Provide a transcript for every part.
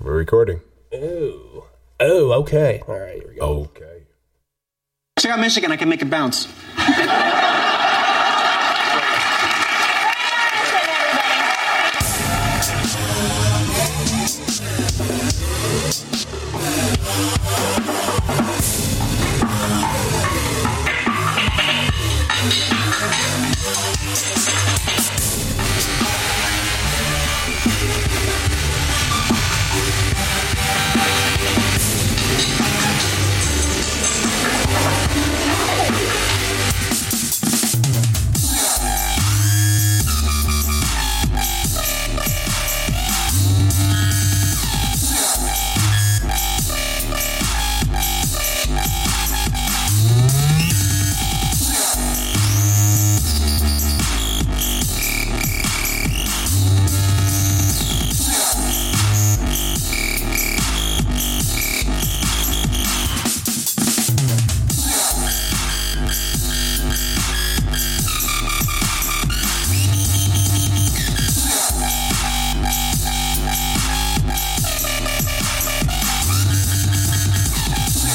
We're recording. Oh. Oh. Oh, okay. All right, here we go. Okay. Check out Michigan. I can make it bounce.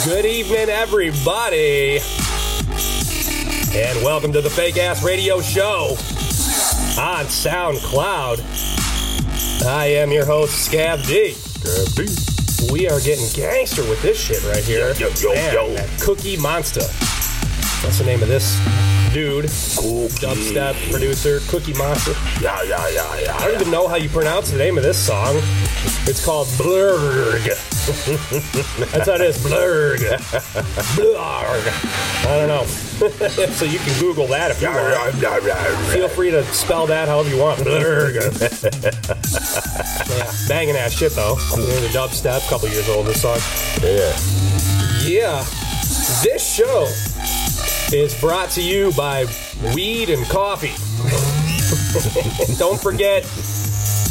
Good evening, everybody. And welcome to the Fake Ass Radio Show on SoundCloud. I am your host, Scab D. Grab B. We are getting gangster with this shit right here. Yo, yo, yo, Man, yo. that Cookie Monster. That's the name of this dude. Dubstep producer, Cookie Monster. Yeah, yeah, yeah, I don't yeah. even know how you pronounce the name of this song. It's called Blurg. That's how it is, Blurg. Blurg. I don't know. so you can Google that if you want. Feel free to spell that however you want. Blurg. yeah, banging ass shit though. There's a dubstep, couple years old. This song. Yeah. Yeah. This show is brought to you by weed and coffee. Don't forget,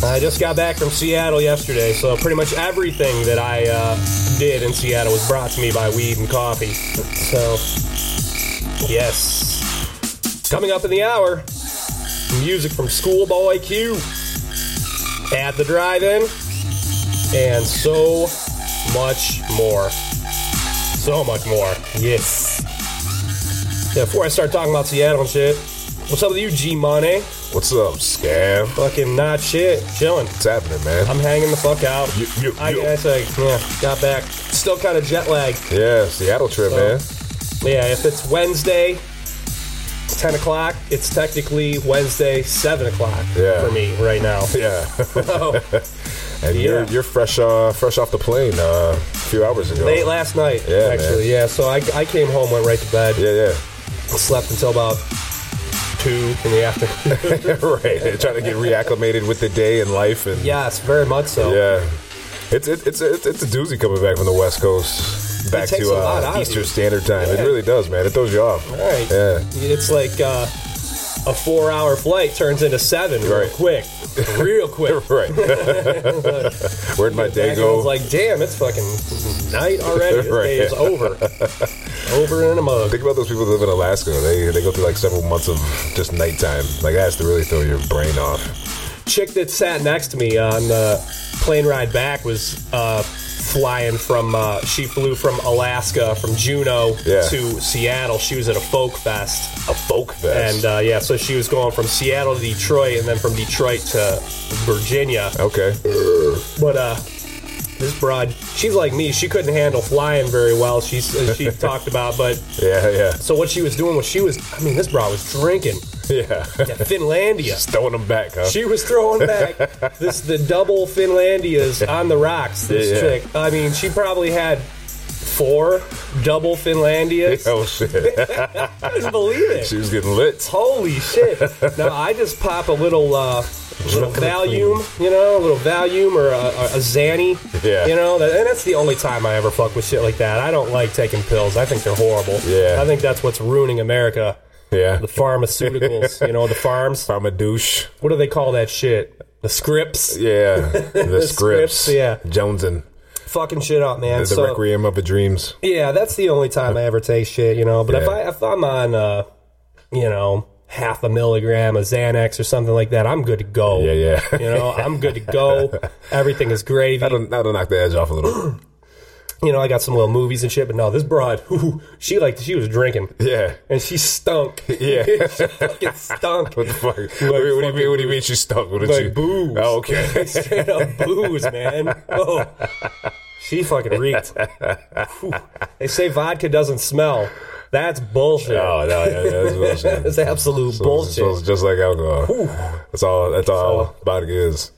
I just got back from Seattle yesterday, so pretty much everything that I uh, did in Seattle was brought to me by weed and coffee. So, yes. Coming up in the hour, music from Schoolboy Q at the drive in, and so much more. So much more. Yes. Yeah, before I start talking about Seattle and shit, what's up with you, G Money? What's up, scam? Fucking not shit. Chilling. What's happening, man? I'm hanging the fuck out. You- you- I you- guess I yeah, got back. Still kind of jet lagged. yeah, Seattle trip, man. Yeah, if it's Wednesday, 10 o'clock, it's technically Wednesday, 7 o'clock Yeah. for me right now. Yeah. So, and you're Yeah. you're fresh uh fresh off the plane uh, a few hours ago. late last night, Yeah, actually. Yeah, so I, I came home, went right to bed, yeah, slept until about 2 in the afternoon. yeah. right. They're trying to get reacclimated with the day and life and yes, very much so. Yeah. It's it, it's it's it's a doozy coming back from the West Coast back takes to a lot out uh, of Eastern you. Standard Time. Yeah. It really does, man. It throws you off. All right. Yeah. It's like uh, a four hour flight turns into seven real Right. quick. Real quick. Right. Where'd my day Back and I go? was like, damn, it's fucking night already. This Right. day is over. over in a mug. Think about those people who live in Alaska. They they go through like several months of just nighttime. Like that has to really throw your brain off. Chick that sat next to me on the plane ride back was uh, flying from, uh, she flew from Alaska, from Juneau Yeah. to Seattle. She was at a folk fest. A folk fest. And uh, yeah, so she was going from Seattle to Detroit and then from Detroit to Virginia. okay. But uh, this broad, she's like me. She couldn't handle flying very well. She's uh, she talked about, but Yeah, yeah, so what she was doing was she was. I mean, this broad was drinking yeah. at Finlandia. just throwing them back, huh? She was throwing back this the double Finlandias on the rocks. This Yeah, yeah. chick. I mean, she probably had four double Finlandias. oh shit. I couldn't believe it. she was getting lit. Holy shit! now I just pop a little, uh, little Valium, you know, a little Valium or a, a, a Zanny, Yeah. you know, that, and that's the only time I ever fuck with shit like that. I don't like taking pills. I think they're horrible. Yeah. I think that's what's ruining America. Yeah. The pharmaceuticals, you know, the farms. I'm a douche. What do they call that shit? The scripts, Yeah. The, scripts. scripts, yeah. Jonesing. fucking shit up, man. The so, Requiem of the Dreams. Yeah, that's the only time I ever take shit, you know. But if Yeah. I if I'm on, uh, you know, half a milligram of Xanax or something like that, I'm good to go. Yeah, yeah. You know, I'm good to go. Everything is gravy. That'll, that'll knock the edge off a little. You know, I got some little movies and shit, but no, this broad, whoo, she like she was drinking. yeah. And she stunk. Yeah. she fucking stunk. What the fuck? what, do you- what do you mean? What do you mean she's stuck? What did Like she? booze. Oh, okay. Straight up booze, man. Oh, she fucking reeked. Whew. They say vodka doesn't smell. That's bullshit. oh no, yeah, yeah, that's bullshit. That's absolute So- bullshit. so it's just like alcohol. That's all. That's all. Vodka is.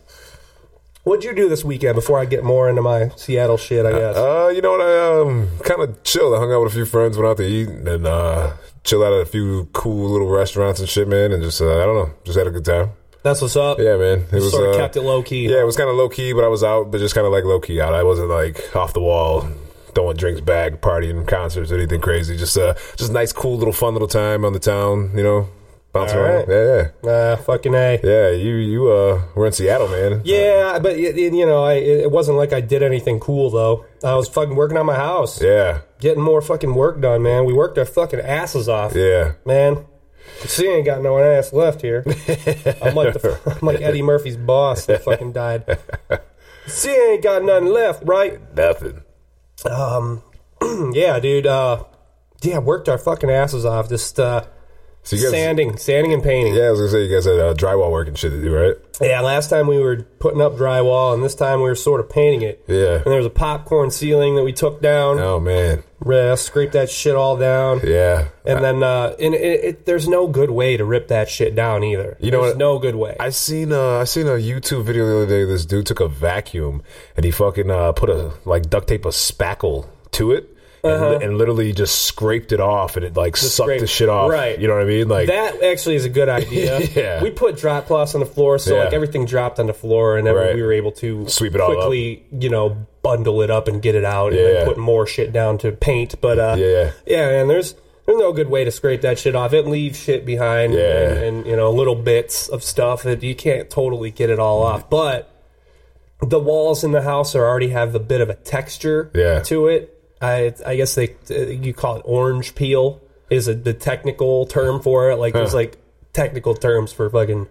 What'd you do this weekend before I get more into my Seattle shit, I guess? Uh, you know what? I um, kind of chilled. I hung out with a few friends, went out to eat, and uh, chill out at a few cool little restaurants and shit, man. And just uh, I don't know, just had a good time. That's what's up. Yeah, man. It was sort of uh, kept it low key. Yeah, it was kind of low key, but I was out, but just kind of like low key out. I wasn't like off the wall, throwing drinks back, partying, concerts, anything crazy. Just uh, just nice, cool little fun little time on the town. You know, bouncing All around. right. Yeah, yeah. Uh, fucking A. Yeah, you you uh we're in Seattle, man. Yeah, but y y- you know, I, it it wasn't like I did anything cool though. I was fucking working on my house, Yeah. getting more fucking work done, man. We worked our fucking asses off, Yeah. man. She ain't got no ass left here. I'm like the, I'm like Eddie Murphy's boss that fucking died. She ain't got nothing left, right? Um, Nothing. Yeah, dude. Uh, yeah, worked our fucking asses off. Just uh, So you guys sanding, sanding and painting. Yeah, I was gonna say you guys had uh, drywall work and shit to do, right? Yeah, last time we were putting up drywall, and this time we were sort of painting it. Yeah. And there was a popcorn ceiling that we took down. Oh man. Yeah, scraped that shit all down. Yeah. And then, uh, and it, it, there's no good way to rip that shit down either. You know there's what? no good way. I seen uh, I seen a YouTube video the other day. This dude took a vacuum and he fucking uh, put a like duct tape a spackle to it and, li- and literally just scraped it off and it like sucked Uh-huh. scraped- the shit off. right. You know what I mean? Like that actually is a good idea. Yeah. We put drop cloths on the floor, so Yeah. like everything dropped on the floor, and then Right. we were able to Sweep it all up. quickly, you know, bundle it up and get it out, and Yeah. then put more shit down to paint. But uh, Yeah. yeah, man, there's there's no good way to scrape that shit off. It leaves shit behind, Yeah. and, and you know, little bits of stuff that you can't totally get it all off, but. The walls in the house are already have a bit of a texture Yeah. to it. I, I guess they uh, you call it orange peel is a, the technical term for it. Like there's like technical terms for fucking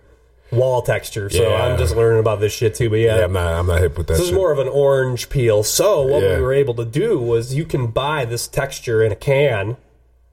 wall texture. So Yeah. I'm just learning about this shit too. But yeah, yeah, I'm not I'm not hip with that. this is shit. more of an orange peel. So what Yeah. we were able to do was you can buy this texture in a can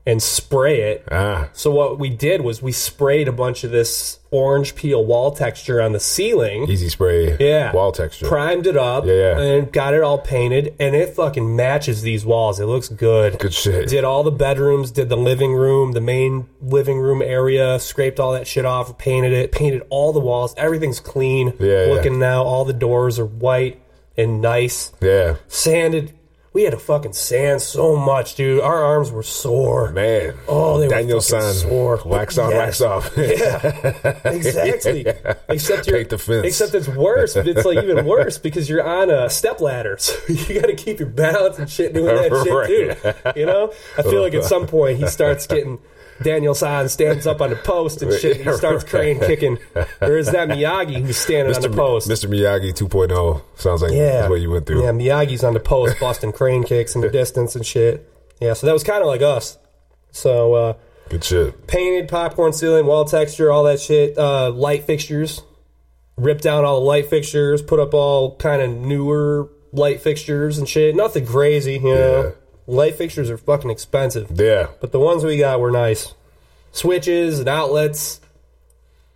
and spray it. ah So what we did was we sprayed a bunch of this orange peel wall texture on the ceiling. easy spray. Yeah. Wall texture. Primed it up. yeah. And got it all painted. And it fucking matches these walls. It looks good. Good shit. Did all the bedrooms, did the living room, the main living room area, scraped all that shit off, painted it, painted all the walls. Everything's clean. Yeah, yeah. Looking now, all the doors are white and nice. yeah. Sanded. We had to fucking sand so much, dude. Our arms were sore. Man. Oh, they were Daniel fucking San. sore. Wax on, wax Yes. off. Exactly. Except you're Paint the fence. except it's worse. It's like even worse because you're on a step ladder, so you got to keep your balance and shit doing that shit too. You know, I feel like at some point he starts getting. Daniel San stands up on the post and shit. And he Yeah, starts right. crane kicking. Or is that Miyagi who's standing on the post? Mr. Miyagi 2.0 sounds like Yeah, that's what you went through. Yeah, Miyagi's on the post, busting crane kicks in the distance and shit. Yeah, so that was kind of like us. So uh, Good shit. painted popcorn ceiling, wall texture, all that shit. Uh, light fixtures, ripped out all the light fixtures, put up all kind of newer light fixtures and shit. Nothing crazy, you know. Light fixtures are fucking expensive, Yeah. but the ones we got were nice. Switches and outlets.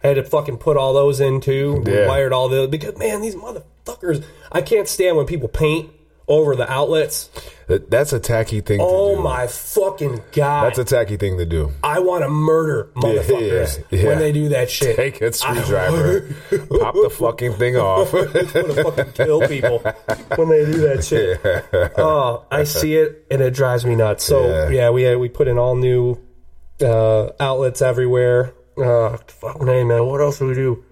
I had to fucking put all those in too. We Yeah. wired all those because man, these motherfuckers. I can't stand when people paint over the outlets. That- That's a tacky thing to Oh do. my fucking god! That's a tacky thing to do. I want to murder motherfuckers yeah, yeah. when they do that shit. Take a screwdriver, pop the fucking thing off. want to fucking kill people when they do that shit. Oh, I see it and it drives me nuts. So Yeah. yeah, we had, we put in all new uh, outlets everywhere. Uh, fuck name, man. What else did we do?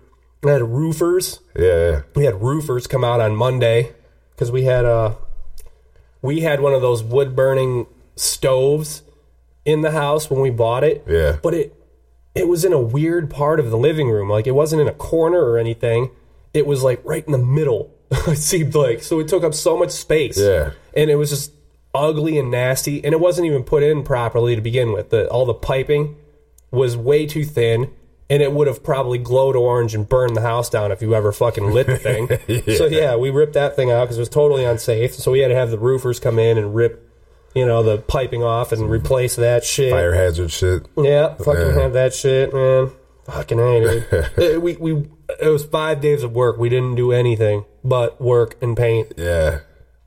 We had roofers. yeah. We had roofers come out on Monday because we had uh, we had one of those wood burning stoves in the house when we bought it. Yeah. but it it was in a weird part of the living room. Like it wasn't in a corner or anything. It was like right in the middle. it seemed like so it took up so much space. Yeah. and it was just ugly and nasty, and it wasn't even put in properly to begin with. The all the piping was way too thin, and it would have probably glowed orange and burned the house down if you ever fucking lit the thing. So yeah, we ripped that thing out because it was totally unsafe. So we had to have the roofers come in and rip, you know, the piping off and replace that shit. Fire hazard shit. Yeah, fucking Yeah. have that shit, man. Fucking hate it. It- we we it was five days of work. We didn't do anything but work and paint. Yeah.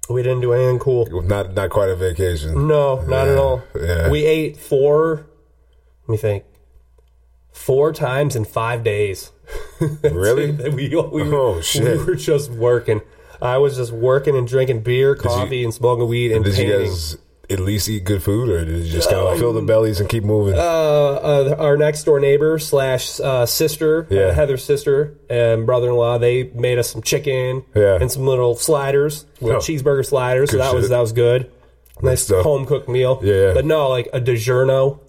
We didn't do anything cool. Not not quite a vacation. No, not at Yeah, all. yeah. We ate four. Let me think. Four times in five days. Really? we, we, Oh, we shit. were just working. I was just working and drinking beer, coffee, and smoking weed and Did you painting. guys at least eat good food, or did you just kind of fill the bellies and keep moving? mm. uh, our next door neighbor slash uh, sister, Yeah. uh, Heather's sister and brother in law, they made us some chicken Yeah. and some little sliders, Oh. cheeseburger sliders. So Good that was shit. that was good. Nice stuff. home cooked meal. Yeah. But no, like a DiGiorno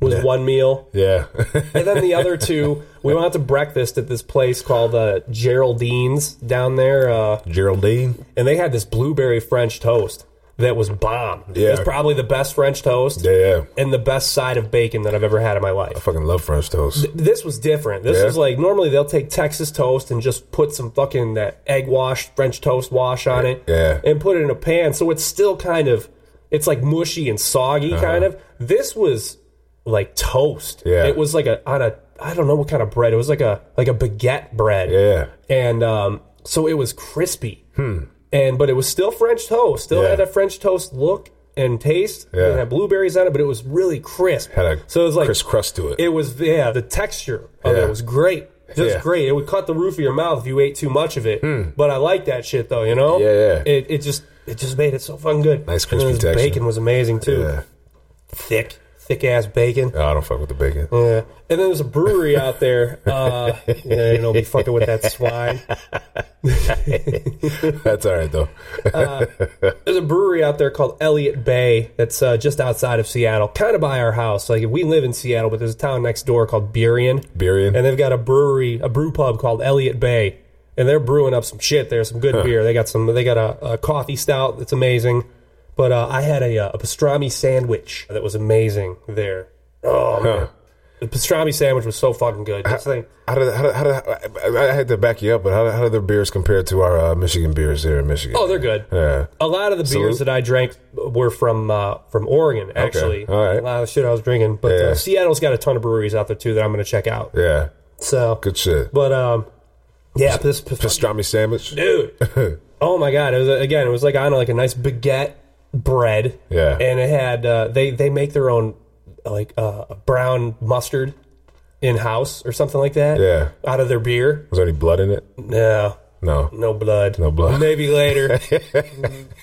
was one meal. yeah. And then the other two, we went out to breakfast at this place called uh, Geraldine's down there. Uh, Geraldine. and they had this blueberry French toast that was bomb. Yeah. It's probably the best French toast Yeah, yeah. and the best side of bacon that I've ever had in my life I fucking love French toast. this was different. This Yeah? was like normally they'll take Texas toast and just put some fucking that egg wash, French toast wash on it, Yeah. and put it in a pan. So it's still kind of, it's like mushy and soggy kind of. This was like toast. Uh-huh. Yeah. it was like a on a I don't know what kind of bread. It was like a like a baguette bread. Yeah. and um, so it was crispy. Hmm. And but it was still French toast. Still Yeah. had a French toast look and taste. Yeah. It had blueberries on it, but it was really crisp. Had a so it was like crisp crust to it. it was yeah, the texture of Yeah. it was great. Just Yeah. Hmm. great. It would cut the roof of your mouth if you ate too much of it. But I like that shit though, you know? Yeah, yeah. It it just it just made it so fucking good. Nice And then crispy this texture. Bacon was amazing too. Yeah. Thick, thick ass bacon. No, I don't fuck with the bacon. Yeah. And then there's a brewery out there. Uh yeah, you know, be fucking with that swine. That's all right though. There's a brewery out there called Elliott Bay that's uh, just outside of Seattle, kind of by our house. Like we live in Seattle, but there's a town next door called Burien. Burien. And they've got a brewery, a brew pub called Elliott Bay, and they're brewing up some shit there, some good beer. They got some. They got a, a coffee stout that's amazing. But uh, I had a, uh, a pastrami sandwich that was amazing there. Oh man, the pastrami sandwich was so fucking good. This thing, How did, how did, how did I, I had to back you up, but how, did- how did their beers compare to our uh, Michigan beers here in Michigan? oh, they're good. yeah. A lot of the beers Salute. that I drank were from uh, from Oregon, actually. All right. A lot of the shit I was drinking, but Yeah. uh, Seattle's got a ton of breweries out there too that I'm going to check out. yeah, So good shit. But um, yeah, this this- Pastrami sandwich. dude. oh my god! It was again. It was like on like a nice baguette bread. Yeah. and it had uh, they they make their own like uh, brown mustard in house or something like that. Yeah. out of their beer. Was there any blood in it? No, No. no blood. No blood. Maybe later.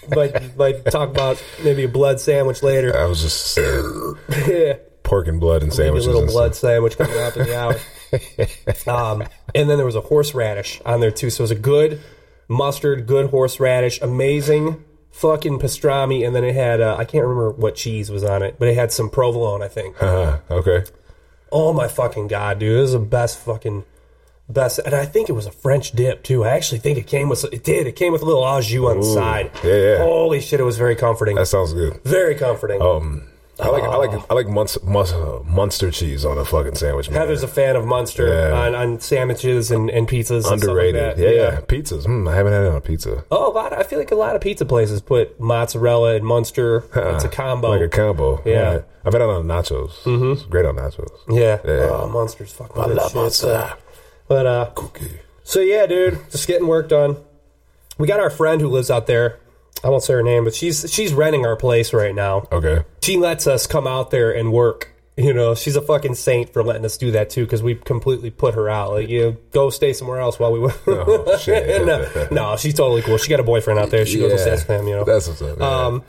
but like talk about maybe a blood sandwich later. I was just Yeah. pork and blood and Maybe a sandwiches. little and blood sandwich coming out in the hour. Um, and then there was a horseradish on there too. So it was a good mustard, good horseradish, amazing fucking pastrami. And then it had, uh, I can't remember what cheese was on it, but it had some provolone, I think. stuff. Uh, okay. Oh my fucking God, dude. This is the best fucking. Best, and I think it was a French dip too. I actually think it came with it did. It came with a little au jus on the side. yeah, yeah. Holy shit, it was very comforting. That sounds good. very comforting. Um, I like I Oh. like I like Munster, Munster, Munster cheese on a fucking sandwich. Man. Heather's a fan of Munster Yeah. on, on sandwiches and, and pizzas. and stuff like underrated. that. yeah, yeah, pizzas. Mm, I haven't had it on pizza. Oh, a lot. I feel like a lot of pizza places put mozzarella and Munster. Oh, It's a combo. Uh, Like a combo. Yeah. Mm-hmm. I've had it on nachos. It's great on nachos. yeah. Yeah. Oh, Munster's fucking. I good love shit. Munster. But uh, Okay. so yeah, dude, just getting work done. We got our friend who lives out there. I won't say her name, but she's she's renting our place right now. Okay. She lets us come out there and work. You know, she's a fucking saint for letting us do that too, because we completely put her out. Like, you know, go stay somewhere else while we work. Oh, shit. no, no, she's totally cool. She got a boyfriend out there. She goes and stays with him. You know, That's what's up. yeah. Um,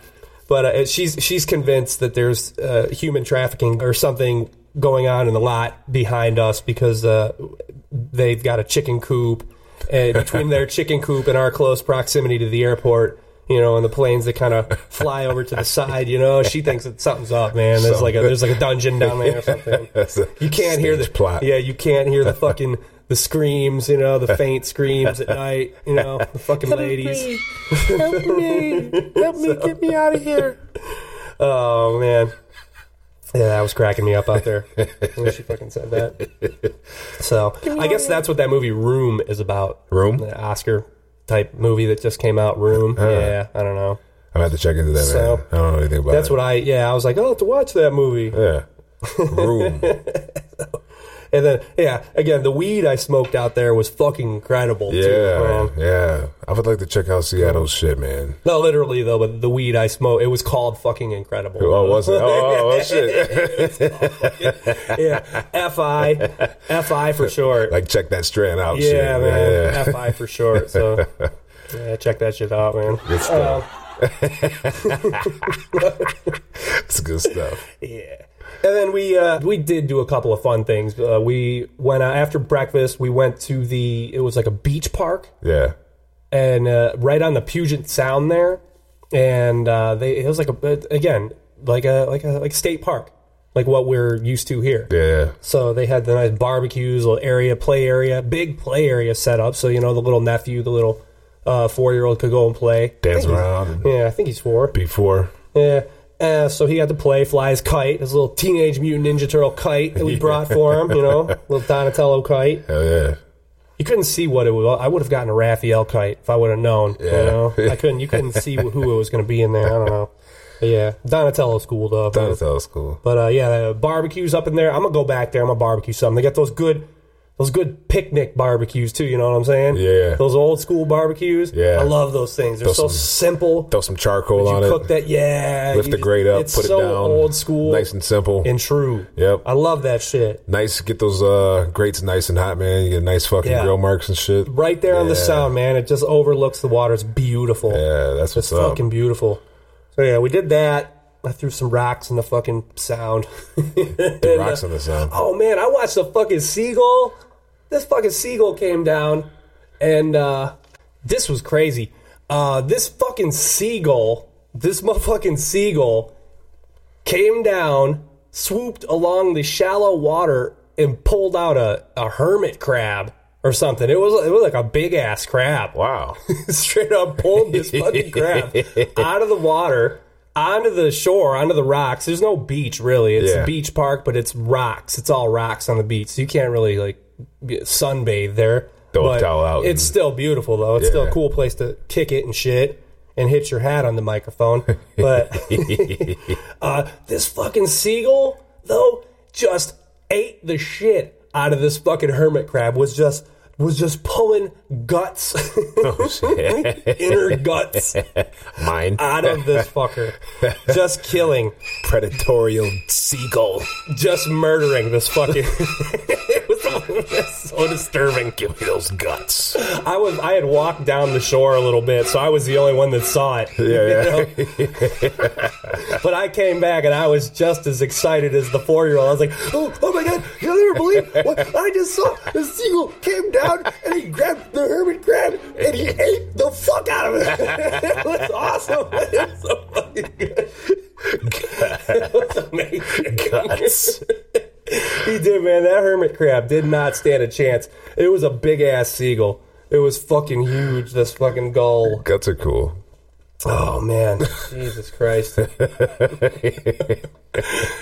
but uh, she's she's convinced that there's uh, human trafficking or something going on in the lot behind us because uh, they've got a chicken coop, and between their chicken coop and our close proximity to the airport. You know, and the planes that kind of fly over to the side. You know, she thinks that something's up, man. There's like a there's like a dungeon down there or something. That's a You can't hear the stage plot. Yeah, you can't hear the fucking the screams. You know, the faint screams at night. You know, the fucking ladies. Help me. Help me. Get me out of here. Oh man. Yeah, that was cracking me up out there. when she fucking said that. So I guess that's what that movie Room is about. Room? Uh-huh. the Oscar type movie that just came out. Room. yeah, I don't know. I'm about to check into that. So, man. I don't know anything about That's it. what I. Yeah, I was like, I'll have to watch that movie. Yeah. Room. And then, yeah, again, the weed I smoked out there was fucking incredible. too, Yeah. man. Yeah. I would like to check out Seattle shit, man. Not literally though, but the weed I smoked, it was called fucking incredible. Oh, was it? Oh, oh, oh shit. yeah, fi, fi for short. like check that strand out. yeah, shit. man, Yeah. fi for short. So, yeah, check that shit out, man. Um, Good stuff. It's good stuff. Yeah. And then we uh, we did do a couple of fun things. Uh, we went uh, after breakfast. We went to the it was like a beach park Yeah. and uh, right on the Puget Sound there, and uh, they it was like a again like a like a like a state park like what we're used to here. Yeah. So they had the nice barbecues, little area, play area, big play area set up. So you know the little nephew, the little uh, four year old could go and play. Dance around and Yeah, I think he's four. before. Yeah. Uh, so he got to play, fly his kite, his little Teenage Mutant Ninja Turtle kite that we brought for him, you know, little Donatello kite. Hell yeah. You couldn't see what it was. I would have gotten a Raphael kite if I would have known. You Yeah. know, I couldn't. You couldn't see who it was going to be in there. I don't know. But yeah, Donatello's cool though. Donatello's cool. But uh, yeah, the barbecues up in there. I'm gonna go back there. I'm gonna barbecue something. They got those good, those good picnic barbecues too. You know what I'm saying? Yeah. Those old school barbecues. Yeah. I love those things. They're Those so some- simple. Throw some charcoal on You cook it. that, yeah. lift you the just- grate up. It's put so it down. Old school, Nice and simple. and true. Yep. I love that shit. nice. Get those uh, grates nice and hot, man. You get nice fucking Yeah. grill marks and shit. Right there on the Yeah. sound, man. It just overlooks the water. It's beautiful. Yeah, that's it's what's up. fucking beautiful. So yeah, we did that. I threw some rocks in the fucking sound. The rocks on the sound. Oh man, I watched a fucking seagull. This fucking seagull came down, and uh, this was crazy. Uh, this fucking seagull, this motherfucking seagull, came down, swooped along the shallow water, and pulled out a, a hermit crab or something. It was it was like a big ass crab Wow. straight up pulled this fucking crab out of the water onto the shore onto the rocks there's no beach really it's Yeah. a beach park but it's rocks it's all rocks on the beach so you can't really like get- sunbathe there Throw a But towel out it's and- still beautiful though it's still a Yeah. cool place to kick it and shit and hit your hat on the microphone but uh, this fucking seagull though just ate the shit out of this fucking hermit crab was just was just pulling guts Oh, shit. inner guts Mine. out of this fucker. Just killing, Predatorial seagull. just murdering this fucking. it was so disturbing. Give me those guts. I was I had walked down the shore a little bit, so I was the only one that saw it. Yeah, yeah. But I came back and I was just as excited as the four year old. I was like, oh, oh my god, you'll never believe what I just saw. The seagull came down and he grabbed the hermit crab and he ate the fuck out of it. it was awesome. It was so fucking good. it was amazing. Guts. He did, man. That hermit crab did not stand a chance. It was a big ass seagull. It was fucking huge, this fucking gull. Guts are cool. Oh man, Jesus Christ!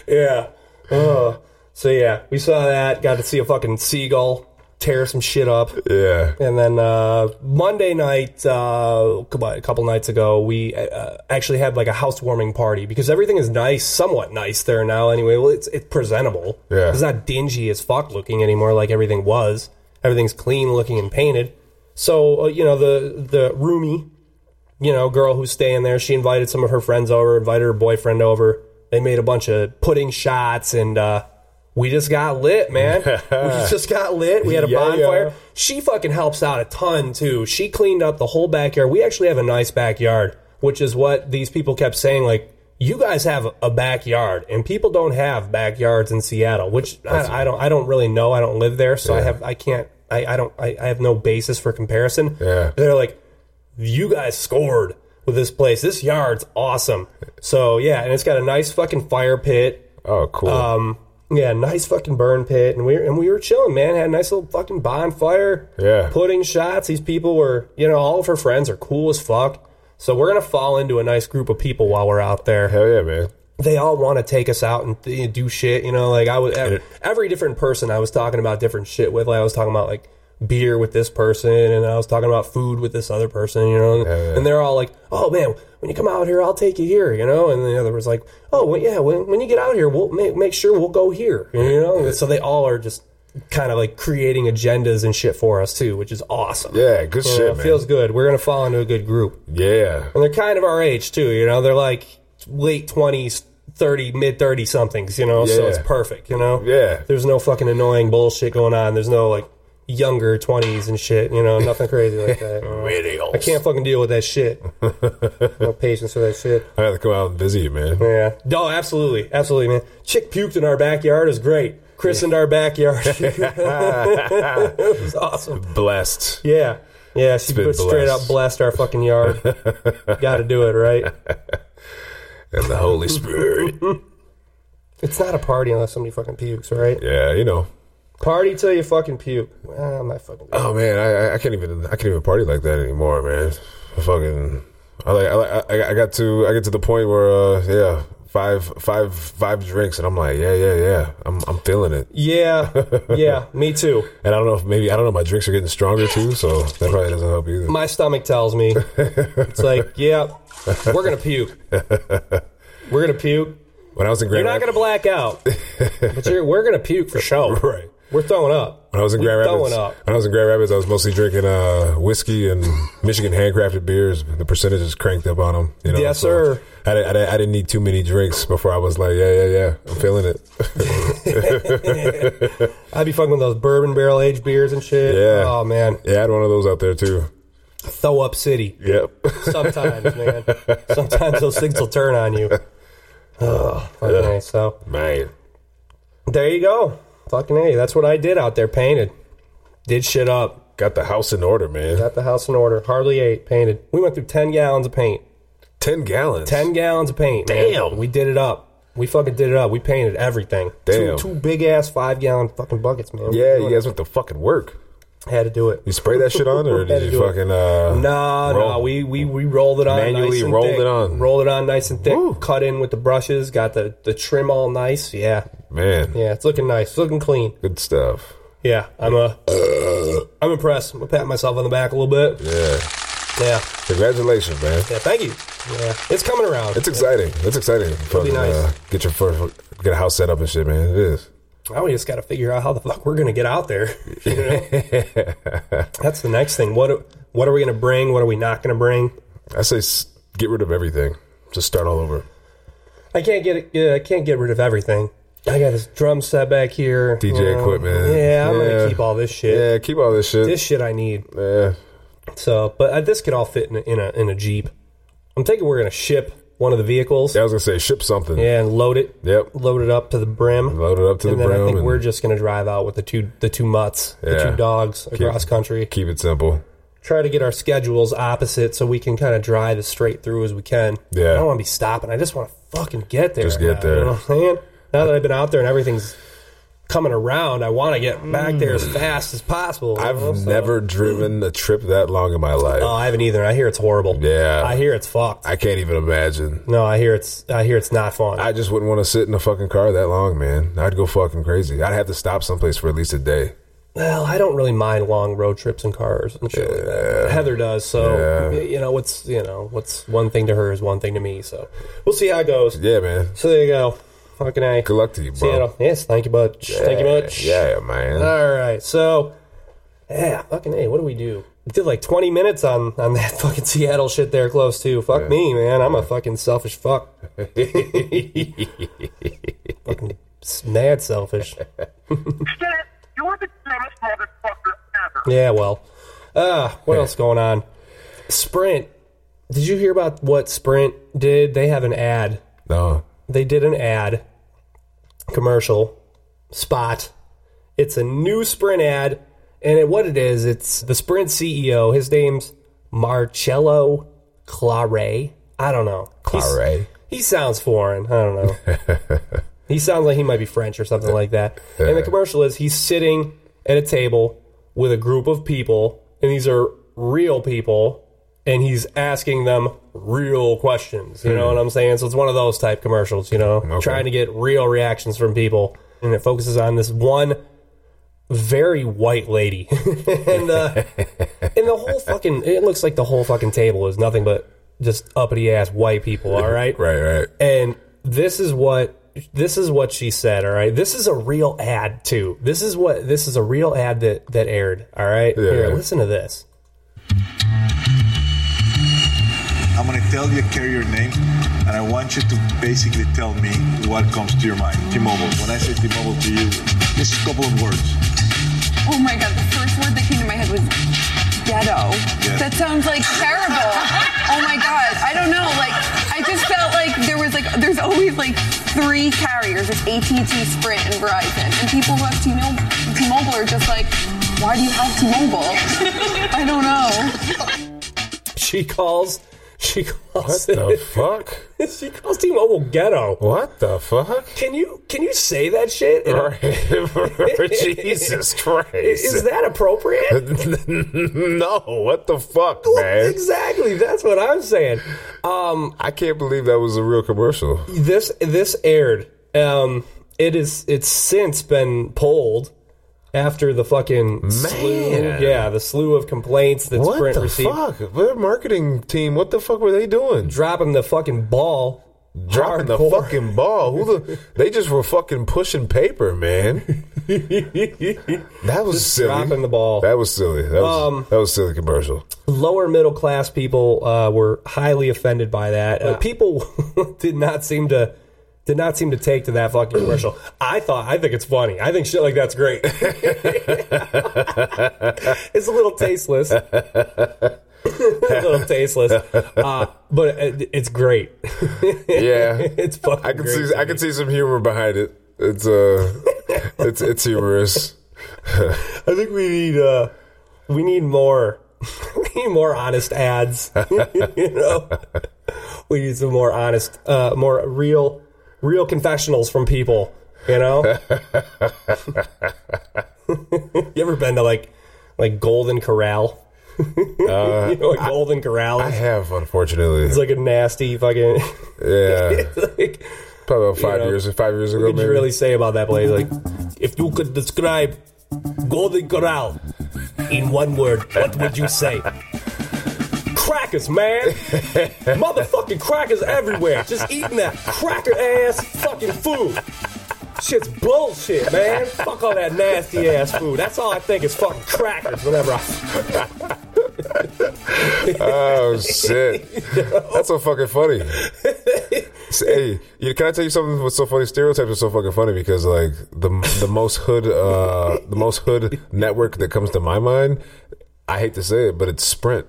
yeah. Oh. So yeah, we saw that. Got to see a fucking seagull tear some shit up, Yeah. and then uh, Monday night, uh, come on, a couple nights ago, we uh, actually had like a housewarming party because everything is nice, somewhat nice there now. Anyway, well, it's it's presentable. Yeah. It's not dingy as fuck looking anymore, like everything was. Everything's clean looking and painted. So uh, you know the the roomie you know, girl who's staying there. She invited some of her friends over, invited her boyfriend over. They made a bunch of pudding shots, and uh, we just got lit, man. we just got lit. We had a Yeah, bonfire. yeah. She fucking helps out a ton too. She cleaned up the whole backyard. We actually have a nice backyard, which is what these people kept saying. Like, you guys have a backyard, and people don't have backyards in Seattle. Which I, I don't. I don't really know. I don't live there, so I have. I can't. I, I don't. I, I have no basis for comparison. Yeah. They're like, you guys scored with this place. This yard's awesome. So yeah, and it's got a nice fucking fire pit. Oh, cool. Um, yeah, nice fucking burn pit, and we were, and we were chilling, man. Had a nice little fucking bonfire. Yeah. pudding shots. These people were, you know, all of her friends are cool as fuck. So we're gonna fall into a nice group of people while we're out there. Hell yeah, man. they all want to take us out and th- do shit. You know, like I was every, every different person I was talking about different shit with. Like I was talking about like beer with this person, and I was talking about food with this other person. You know, yeah. and they're all like, "Oh man, when you come out here, I'll take you here." You know, and the other was like, "Oh well, yeah, when, when you get out here, we'll make make sure we'll go here." You know, so they all are just kind of like creating agendas and shit for us too, which is awesome. Yeah, good You know, shit, it man. feels good. We're gonna fall into a good group. yeah, And they're kind of our age too, you know. They're like late twenties, thirty, mid thirty somethings, you know. So Yeah. it's perfect, you know. Yeah. There's no fucking annoying bullshit going on. There's no like younger twenties and shit, you know. Nothing crazy like that. you know. Millennials. I can't fucking deal with that shit. no patience for that shit. I gotta come out and visit you, man. Yeah. No, absolutely, absolutely, man. Chick puked in our backyard is great. Christened our backyard. it was awesome. Blessed. Yeah. Yeah, she been put straight blessed. up blessed our fucking yard. Got to do it, right? And the Holy Spirit. It's not a party unless somebody fucking pukes, right? yeah, you know. Party till you fucking puke. Well, I'm not fucking. Oh man, I- I, I can't even I can't even party like that anymore, man. I fucking, I like I, like- I I got to I get to the point where uh yeah five five five drinks and I'm like yeah yeah yeah I'm I'm feeling it Yeah, yeah, me too. and I don't know if maybe I don't know my drinks are getting stronger too so that probably doesn't help either. My stomach tells me it's like, yeah, we're gonna puke. We're gonna puke. When I was in Grand You're not gonna black out, but you're, we're gonna puke for sure. Right. We're throwing up. When I was in We Grand throwing Rapids, up. when I was in Grand Rapids, I was mostly drinking uh, whiskey and Michigan handcrafted beers. The percentages cranked up on them. You know, Yes, so sir. I, di- I, di- I didn't need too many drinks before I was like, yeah, yeah, yeah, I'm feeling it. I'd be fucking with those bourbon barrel aged beers and shit. Yeah. Oh man, yeah, I had one of those out there too. throw up city. Yep. Sometimes, man. Sometimes those things will turn on you. Oh, okay, so Man. There you go. Fucking A. That's what I did out there. Painted. Did shit up. Got the house in order, man. Got the house in order. Hardly ate. Painted. We went through 10 gallons of paint. 10 gallons. 10 gallons of paint. man. Damn. We did it up. We fucking did it up. We painted everything. Damn. Two, two big ass five gallon fucking buckets, man. Yeah, you guys went to fucking work. Had to do it. You spray that shit on, or Had to did you do it. fucking uh? No, no, roll? we, we we rolled it on Manually nice and rolled thick. it on. rolled it on nice and thick. Woo. Cut in with the brushes. Got the, the trim all nice. Yeah, man, yeah, it's looking nice. It's looking clean. good stuff. Yeah, I'm a. I'm impressed. I'm gonna pat myself on the back a little bit. Yeah, Yeah, congratulations, man. yeah. Thank you. Yeah, it's coming around. It's exciting. It's exciting. Fucking, nice. uh, get your first, get a house set up and shit, man. It is. now we just got to figure out how the fuck we're gonna get out there. You know? That's the next thing. What what are we gonna bring? What are we not gonna bring? I say s- get rid of everything. Just start all over. I can't get it. Yeah, I can't get rid of everything. I got this drum set back here. Uh, DJ equipment. Yeah, I'm Yeah. gonna keep all this shit. Yeah, keep all this shit. This shit I need. yeah, So, but uh, this could all fit in a, in a in a jeep. I'm thinking we're gonna ship one of the vehicles. I was gonna say ship something. Yeah, and load it. Yep. Load it up to the brim. Load it up to and the then I brim think and we're just gonna drive out with the two the two mutts, the Yeah. two dogs across country. keep it simple. Try to get our schedules opposite so we can kind of drive as straight through as we can. Yeah. I don't want to be stopping. I just want to fucking get there. Just get now, there. You know what I'm saying? Now that I've been out there and everything's coming around, I want to get back there as fast as possible. you Mm. I've know, so- never driven a trip that long in my life. Oh, I haven't either. I hear it's horrible. Yeah. I hear it's fucked. I can't even imagine. no, I hear it's. I hear it's not fun. I just wouldn't want to sit in a fucking car that long, man. I'd go fucking crazy. I'd have to stop someplace for at least a day. Well, I don't really mind long road trips in cars and shit like that. Heather does, so you know what's you know what's one thing to her is one thing to me. So we'll see how it goes. Yeah, man. So there you go. Fucking a. Good luck to you, bro. Seattle. Yes, thank you much. thank you much. Uh. Yeah, man. All right. So yeah, fucking a. What do we do? We did like twenty minutes on on that fucking Seattle shit there close to. Fuck me, man. I'm a fucking selfish fuck. fucking mad selfish. You're the dumbest motherfucker ever. Yeah, well. Uh, what else going on? Sprint. Did you hear about what Sprint did? They have an ad. no. They did an ad, commercial, spot. It's a new Sprint ad, and it, what it is, it's the Sprint CEO. His name's Marcello Claret. I don't know. He's- Claret. He sounds foreign. I don't know. he sounds like he might be French or something like that. And the commercial is he's sitting at a table with a group of people, and these are real people and he's asking them real questions. You know what I'm saying? So it's one of those type commercials, you know, trying to get real reactions from people. And it focuses on this one very white lady. and, uh, and the whole fucking, it looks like the whole fucking table is nothing but just uppity ass white people, all right? Right, right. and this is what this is what she said all right this is a real ad too this is what this is a real ad that that aired all right here Yeah. listen to this I'm gonna tell you carry your name, and I want you to basically tell me what comes to your mind. T-Mobile. When I say T-Mobile to you, this is a couple of words. Oh my god, the first word that came to my head was ghetto. Yeah. That sounds like terrible. oh my god, I don't know. Like, I just felt like there was like, there's always like three carriers: it's AT&T, Sprint, and Verizon. And people who have T-Mobile, T-Mobile are just like, why do you have T-Mobile? I don't know. she calls she calls What the fuck? she calls t-mobile ghetto What the fuck? can you can you say that shit in a- Jesus Christ. is that appropriate no, what the fuck, man? exactly that's what i'm saying I can't believe that was a real commercial. this this aired. Um, it is it's since been pulled after the fucking slew, Man. yeah, the slew of complaints that What Sprint the received. fuck? Their marketing team, what the fuck were they doing? Dropping the fucking ball, Dropping the Hardcore. fucking ball. Who the? They just were fucking pushing paper, man. That was silly. dropping the ball. That was silly. That was, Um, that was silly commercial. Lower middle class people uh, were highly offended by that. Uh, people did not seem to did not seem to take to that fucking commercial. I thought I think it's funny. I think shit like that's great. it's a little tasteless. a little tasteless, uh, but it, it's great. Yeah, It's fucking. I can great see. to I me. can see some humor behind it. It's uh, it's it's humorous. I think we need uh we need more we need more honest ads. you know. We need some more honest uh more real real confessionals from people, you know? you ever been to like like Golden Corral? you know what Golden Corral Uh, I is? have, unfortunately. It's like a nasty fucking yeah, like probably about five know, years. Five years ago, what did maybe. you really say about that place? Like, if you could describe Golden Corral in one word, what would you say? Crackers, man! Motherfucking crackers everywhere! Just eating that cracker ass fucking food! Shit's bullshit, man! Fuck all that nasty ass food. That's all I think is fucking crackers whenever I. Oh shit! That's so fucking funny. So, hey, you, can I tell you something? What's so funny? Stereotypes are so fucking funny because like the the most hood uh, the most hood network that comes to my mind. I hate to say it, but it's Sprint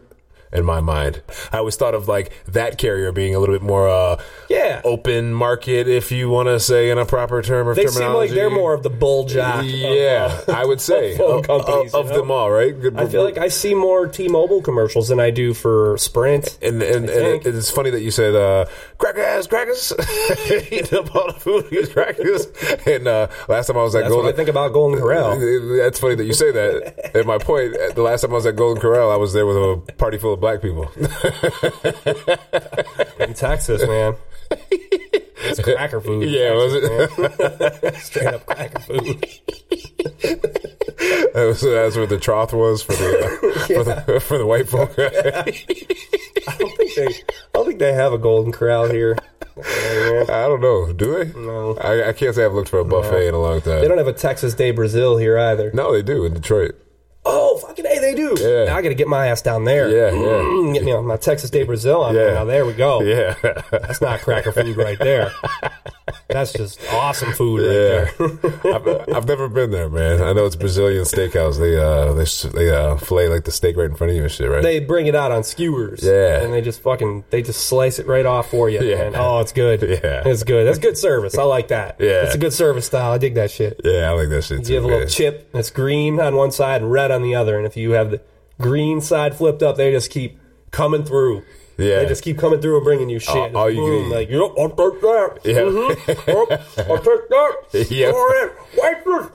in my mind. I always thought of like that carrier being a little bit more uh, Yeah. open market, if you want to say in a proper term of They seem like terminology. they're more of the bull jock. of, Yeah, uh, I would say of phone of, of- companies, you of know? them all, right? Good, I feel like I see more T-Mobile commercials than I do for Sprint. And and, and think. it, it's funny that you said uh, crackers, crackers. Eating up all the food, he was crackers. And uh, last time I was at That's Golden, what I think about Golden Corral. That's funny that you say that. and my point, the last time I was at Golden Corral, I was there with a party full of black people. in Texas, man. It's cracker food. yeah, was it? straight up cracker food. That was- that's where the trough was for the uh, for, the, for the white folk. I don't think they, I don't think they have a Golden Corral here. I don't know. Do they? No. I, I can't say I've looked for a buffet in a long time. They don't have a Texas Day Brazil here either. no, they do in Detroit. Oh, fucking hey, they do. Yeah. Now I got to get my ass down there. Mm, Yeah, yeah. Get me on my Texas Day Brazil. on there. Yeah. Now there we go. Yeah. That's not cracker food right there. That's just awesome food right Yeah, there. I've, I've never been there, man. I know it's Brazilian steakhouse. They uh, they s- they uh, fillet like the steak right in front of you and shit, right? They bring it out on skewers. Yeah. And they just fucking they just slice it right off for you. Yeah. And oh, it's good. Yeah. It's good. That's good service. I like that. Yeah. It's a good service style. I dig that shit. yeah, I like that shit too. You have a little man. chip that's green on one side and red on the other. And if you have the green side flipped up, they just keep coming through. Yeah. They just keep coming through and bringing you shit. All- all you can Boom, eat. like, yep, I'll take that. Yeah. Mhm. Yep, I'll take that. Yeah. All right.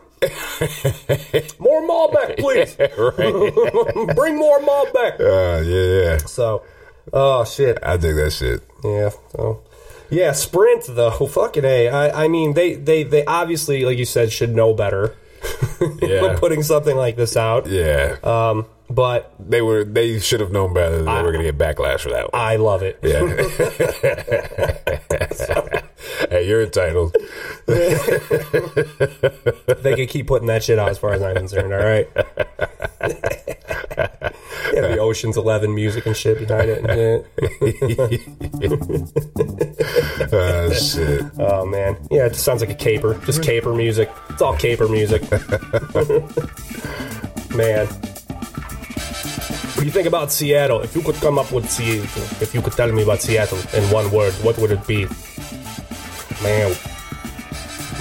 Waitress, More Malbec, please. Bring more Malbec. Uh, yeah, yeah. So, oh shit. I dig that shit. Yeah. So, yeah. Sprint though. Fucking a. I, I mean, they, they, they obviously, like you said, should know better. Yeah. when putting something like this out. Yeah. Um, but they were. They should have known better. That they were gonna get backlash for that one. I love it. yeah. hey, you're entitled. They could keep putting that shit out, as far as I'm concerned. All right. yeah, the Ocean's Eleven music and shit behind it. Uh, shit. Oh man, yeah, it sounds like a caper. Just caper music. It's all caper music. man, what do you think about Seattle? If you could come up with Seattle, if you could tell me about Seattle in one word, what would it be? Man,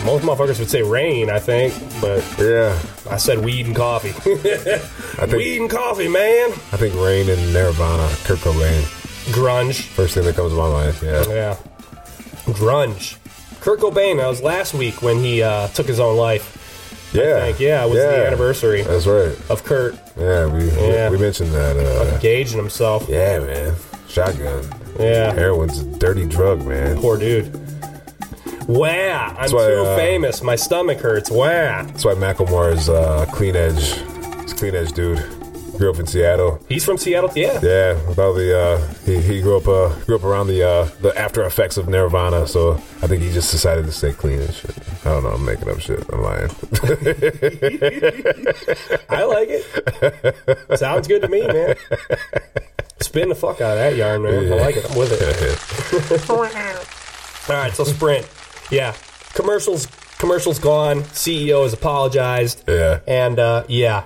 most motherfuckers would say rain, I think, but Yeah. I said weed and coffee. I think. weed and coffee, man. I think Rain and Nirvana. Kurt Cobain. Grunge. First thing that comes to my mind. Yeah. Yeah. Grunge. Kurt Cobain, that was last week when he uh, took his own life. Yeah. Like, yeah, it was the anniversary That's right. of Kurt Yeah. We Yeah. We, we mentioned that. Uh, gauging himself. yeah, man. Shotgun. Yeah. Heroin's a dirty drug, man. Poor dude. Wow, I'm why, too uh, famous. My stomach hurts. Wow. That's why Macklemore is uh, clean edge. He's a clean edge dude. Grew up in Seattle. He's from Seattle. Yeah. Yeah, with all the uh, he, he grew up uh, grew up around the uh, the after effects of Nirvana, so I think he just decided to stay clean and shit. I don't know, I'm making up shit. I'm lying. I like it. Sounds good to me, man. Spin the fuck out of that yarn, man. I like it. I'm with it. All right, so Sprint. Yeah. Commercials commercials gone. CEO has apologized. Yeah. And uh, yeah.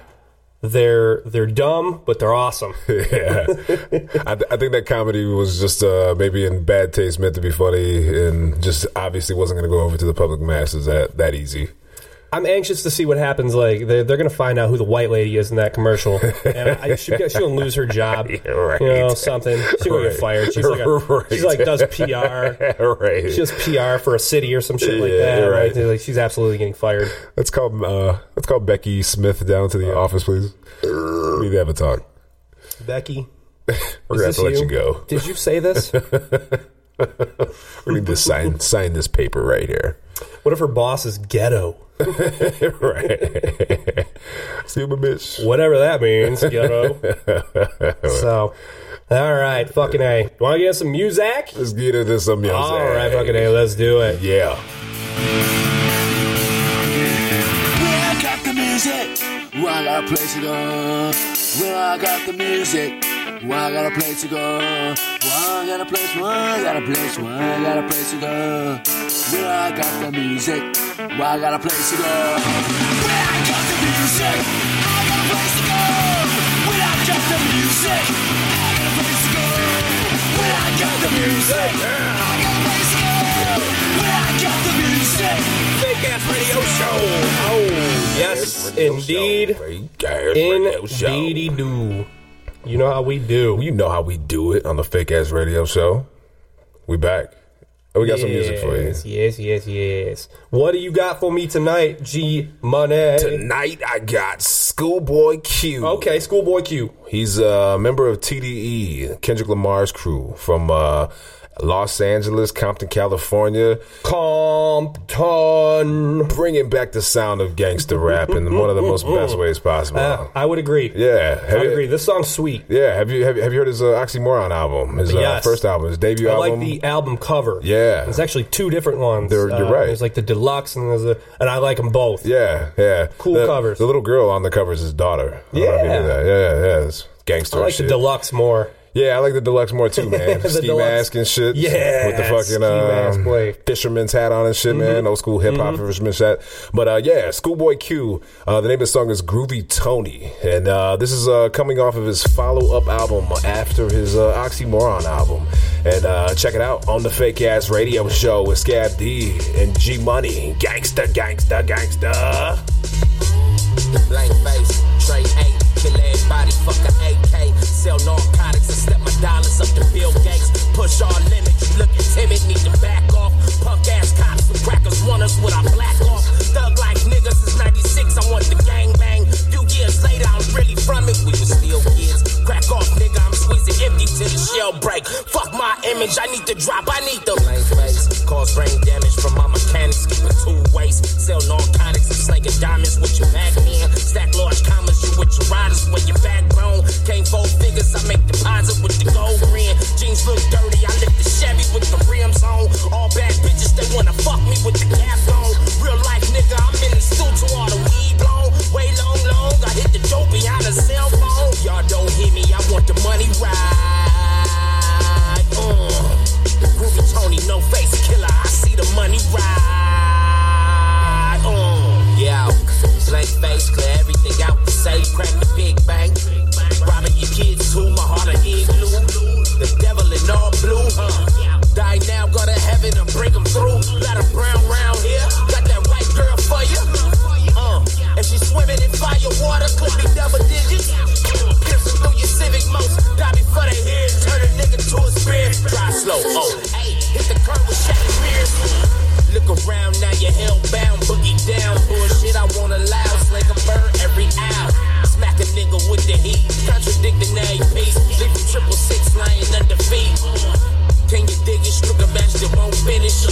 They're they're dumb, but they're awesome. yeah, I, th- I think that comedy was just uh, maybe in bad taste, meant to be funny, and just obviously wasn't going to go over to the public masses that that easy. I'm anxious to see what happens. Like they're, they're going to find out who the white lady is in that commercial, and I, she, she'll lose her job, Yeah, right. you know, something. She's going to Right. get fired. She's like, a, Right. she's like does PR. right. She does PR for a city or some shit like Yeah, that. you're Right? right. They're Like she's absolutely getting fired. let's call uh, let's call Becky Smith down to Uh, the office, please. We need to have a talk. Becky, We're gonna have is to let this you go. Did you say this? We need to sign sign this paper right here. what if her boss is ghetto? right. Super bitch. Whatever that means, ghetto. so, all right, fucking a. Want to get some music? Let's get into some music. All right, fucking a. Let's do it. Yeah. Well, I got the music. Well, I got a place to go. Well, I got the music. Well, I got a place to go. Well, I got a place, well, I got a place, well, I got a place to go. Well, I got the music. Well, I got a place to go. Well, I got the music. I got a place to go. Well, I got the music. I got a place to go. Well, I got the music. I got a place to go. Well, I got the music. Big ass radio show. Oh, yes, indeed. Indeed. Indeedy do. You know how we do. You know how we do it on the fake ass radio show. We back. And we got some music for you. Yes, yes, yes, yes. What do you got for me tonight, G Money? Tonight I got Schoolboy Q. okay, Schoolboy Q. He's a member of TDE, Kendrick Lamar's crew from uh, Los Angeles, Compton, California. Compton. bringing back the sound of gangster rap in one of the most best ways possible. Uh, I would agree. yeah, I have would you, agree. This song's sweet. Yeah, have you have, you- have you heard his uh, Oxymoron album? His uh, Yes. first album, his debut I like album. the album cover. Yeah. There's actually two different ones. There- you're Uh, right. There's like the deluxe and there's a, and I like them both. yeah, yeah, Cool the, covers. The little girl on the covers is his daughter. I don't know if you Yeah. knew that. yeah, yeah, yeah. It's gangster I like shit. the deluxe more. yeah, I like the deluxe more too, man. The ski deluxe. mask and shit. Yeah, with the ski fucking mask Mm-hmm. um, play. fisherman's hat on and shit, man. Old school hip hop fisherman's hat. But uh, yeah, Schoolboy Q. Uh, the name of the song is Groovy Tony, and uh, this is uh, coming off of his follow up album after his uh, Oxymoron album. And uh, check it out on the fake ass radio show with Scab D and G Money, Gangsta, Gangsta, Gangsta. the blank face. Trey eight, kill everybody, fuck a AK. Sell narcotics and step my dollars up to Bill Gates. Push all limits, you looking timid, need to back off. Punk ass cops and crackers want us with our black off. Thug like niggas is 96 drop, I need them. Blank face, cause brain damage from my mechanics. Keep it two ways, sell narcotics. I'm slinging diamonds with your back men. Stack large commas, you with your riders when your backbone. Came four figures, I make deposit with the gold ring. Jeans look dirty, I lift the Chevy with the rims on. All bad bitches, they wanna fuck me with the cap on. Real life nigga, I'm in the stool to all the weed blown. Way long, long, I hit the dope behind a cell phone. Y'all don't hear me, I want the money right. Uh. Groovy Tony, no face killer, I see the money ride. Uh. Yeah, blank face, clear everything out the safe, crack the big bank. Robbing your kids too, my heart a igloo. The devil in all blue, huh? Die now, go to heaven and bring them through. Got a brown round here, got that white girl for you. Uh, if she swimming in fire water, could be double digits. Piercing through your civic most, die before they hear it. Turn a nigga to a spear, drive slow. Oh, hey, hit the curb with shattered mirrors. Look around now, you're hellbound, boogie down. Bullshit, I want to loud, sling a bird every hour. Smack a nigga with the heat, contradicting a piece. Leave him triple six, lying under feet. Can you dig it? Strip a match that won't finish.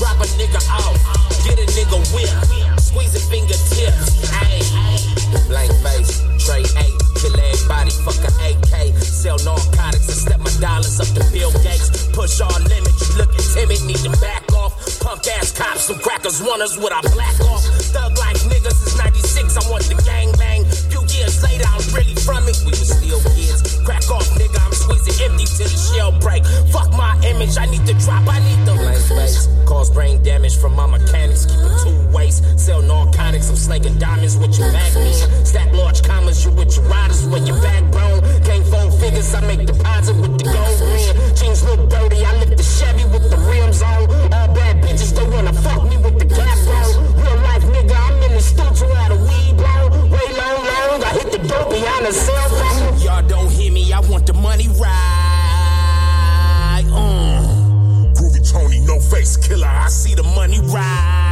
Drop a nigga off, get a nigga whip, squeeze a fingertips. Ayy, blank face, tray eight, kill everybody, fuck a AK, sell narcotics and step my dollars up to Bill Gates. Push all limits, you looking timid, need to back off. Punk ass cops, some crackers want us with our black off. Thug like niggas since 96, I want the gang bang. Few years later, I'm really from it. We were still kids. Crack off, nigga, I'm squeezing empty till the shell break. Fuck my image, I need to drop, I need the blank face. Cause brain damage from my mechanics, keep it two ways. Sell narcotics, I'm slinging diamonds with your back man. Stack large commas, you with your riders with your backbone. Gang phone figures, I make deposit with the gold ring. Jeans look dirty, I lift the Chevy with the rims on. All bad bitches, they wanna fuck me with the cap on. Real life nigga, I'm in the studio out of weed blown. Way long, long, I hit the dope behind the cell phone. Y'all don't hear me, I want the money right. Mm. Groovy Tony, no face killer, I see the money right.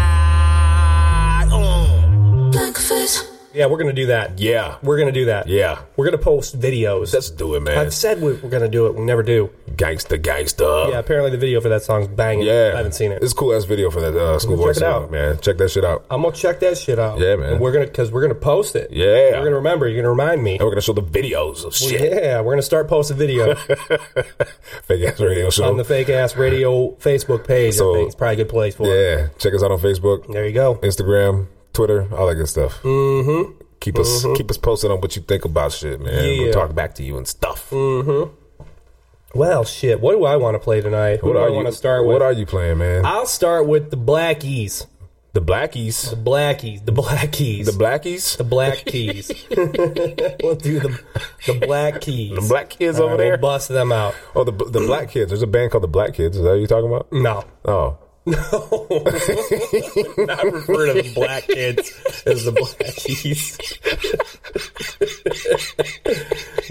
Mm. Yeah, we're gonna do that. Yeah. We're gonna do that. Yeah. We're gonna post videos. Let's do it, man. I've said we we're gonna do it. We never do. gangsta, gangsta. Yeah, apparently the video for that song's banging. Oh. Yeah. I haven't seen it. It's a cool ass video for that uh, school Check boys it song, out. Uh, man. Check that shit out. I'm gonna check that shit out. Yeah, man. And we're gonna because we're gonna post it. Yeah. Oh, We're gonna remember. You're gonna remind me. And we're gonna show the videos of shit. Yeah, we're gonna start posting video Fake ass radio show. on the fake ass radio Facebook page. So- I think it's probably a good place for it. yeah. Check us out on Facebook, There you go. Instagram, Twitter, all that good stuff. Mm-hmm. Keep us keep us posted on what you think about shit, man. Mm-hmm. Yeah. Mm, We'll talk back to you and stuff. Well, shit. What do I want to play tonight? Who do I you- want to start with? What are you playing, man? I'll start with the Blackies. the Blackies. Blackies. The Blackies. The Blackies. The Black Keys. we'll do the the Black Keys. The Black Kids All over right, there. We'll bust them out. oh, the the Black Kids. There's a band called the Black Kids. Is that what you're talking about? No, Oh, not refer to the Black Kids as the Black Keys.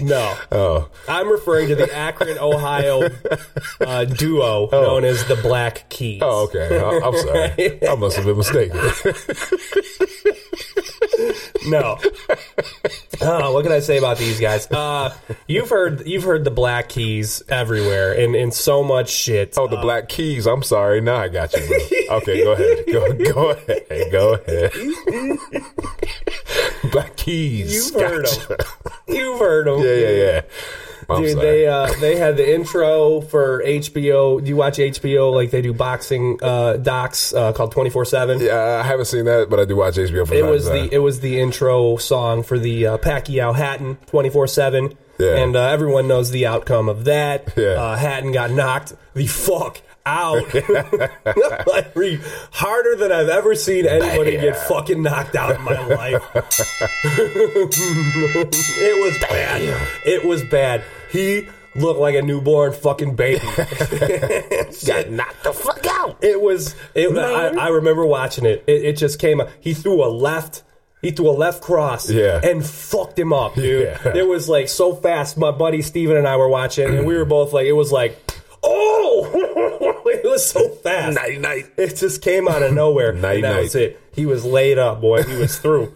no, oh, I'm referring to the Akron, Ohio uh, duo known as the Black Keys. oh. Okay, I, I'm sorry. I must have been mistaken. no. Oh, what can I say about these guys? Uh, you've heard you've heard the Black Keys everywhere, and in so much shit. Oh, the Black Keys. I'm sorry. Now I got you. Bro. Okay, go ahead. Go go ahead. Go ahead. Black Keys. You've heard Gotcha. them. You've heard them. Yeah, yeah, yeah. I'm Dude, sorry. they uh, they had the intro for HBO. Do you watch HBO? Like they do boxing uh, docs uh, called twenty four seven. yeah, I haven't seen that, but I do watch HBO for uh, It was the it was the intro song for the uh, Pacquiao Hatton twenty four seven. Yeah. And uh, everyone knows the outcome of that. Yeah. Uh, Hatton got knocked the fuck out. Like, re- harder than I've ever seen anybody get Bam. fucking knocked out in my life. it was bad. It was bad. He looked like a newborn fucking baby. got knocked the fuck out. It was. It, I, I remember watching it. it. It just came. up. He threw a left. He threw a left cross. Yeah. And fucked him up, dude. Yeah. It was like so fast. My buddy Steven and I were watching, and we were both like, it was like, oh, it was so fast. Night night. It just came out of nowhere. and Night, that night. was it. He was laid up, boy. He was through.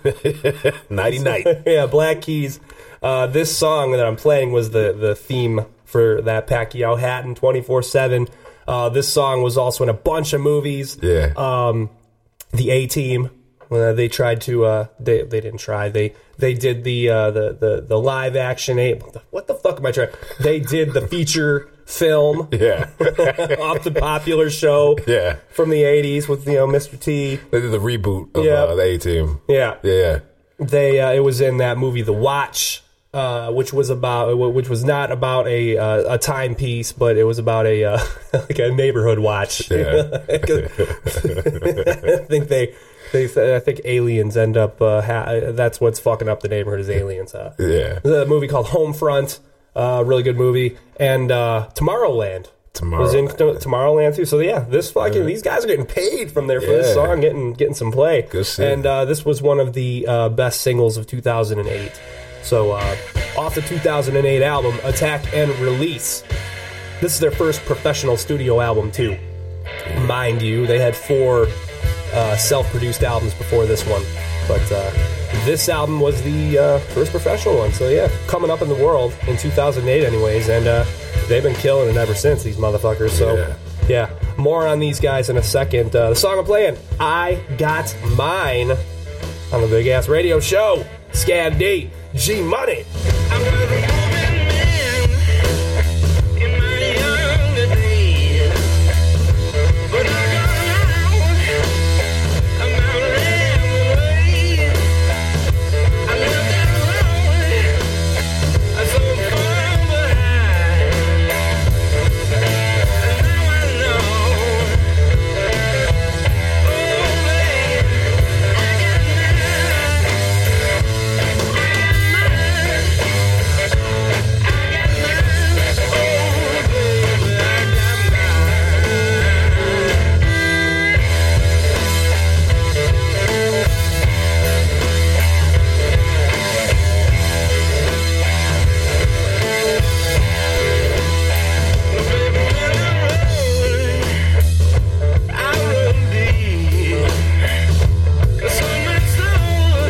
Nighty night. yeah, Black Keys. Uh, this E song that I'm playing was the the theme for that Pacquiao Hatton 24 seven Uh, this song was also in a bunch of movies. Yeah. Um, the A Team. Uh, they tried to. Uh, they they didn't try. They they did the uh, the the the live action. A- what the- What the fuck am I trying? They did the feature film yeah. off the popular show Yeah. from the '80s with you know Mr. T. They did the reboot of Yeah. uh, the A team. Yeah. Yeah. they uh, it was in that movie The Watch, uh, which was about which was not about a uh, a timepiece, but it was about a uh, like a neighborhood watch. Yeah. I think they. They, said- I think aliens end up. Uh, ha- that's what's fucking up the neighborhood is aliens. Huh? Yeah. The movie called Homefront, uh, really good movie, and uh, Tomorrowland was in Tomorrowland. Tomorrowland too. So yeah, this fucking these guys are getting paid from there for Yeah. this song, getting getting some play. Good shit. and uh, this was one of the uh, best singles of 2008. So uh, off the 2008 album Attack and Release, this is their first professional studio album too. Mind you, they had four uh, self-produced albums before this one, but uh, this album was the uh, first professional one. So yeah, coming up in the world in 2008, anyways, and uh, they've been killing it ever since. These motherfuckers. So Yeah. yeah, more on these guys in a second. Uh, the song I'm playing, "I Got Mine," on the big ass radio show, Scan D, G Money. I'm a roving man in my younger days. But I got out, I'm out rambling ways. I left that road, I so far behind. And now I know, oh man, I got mine, I got mine.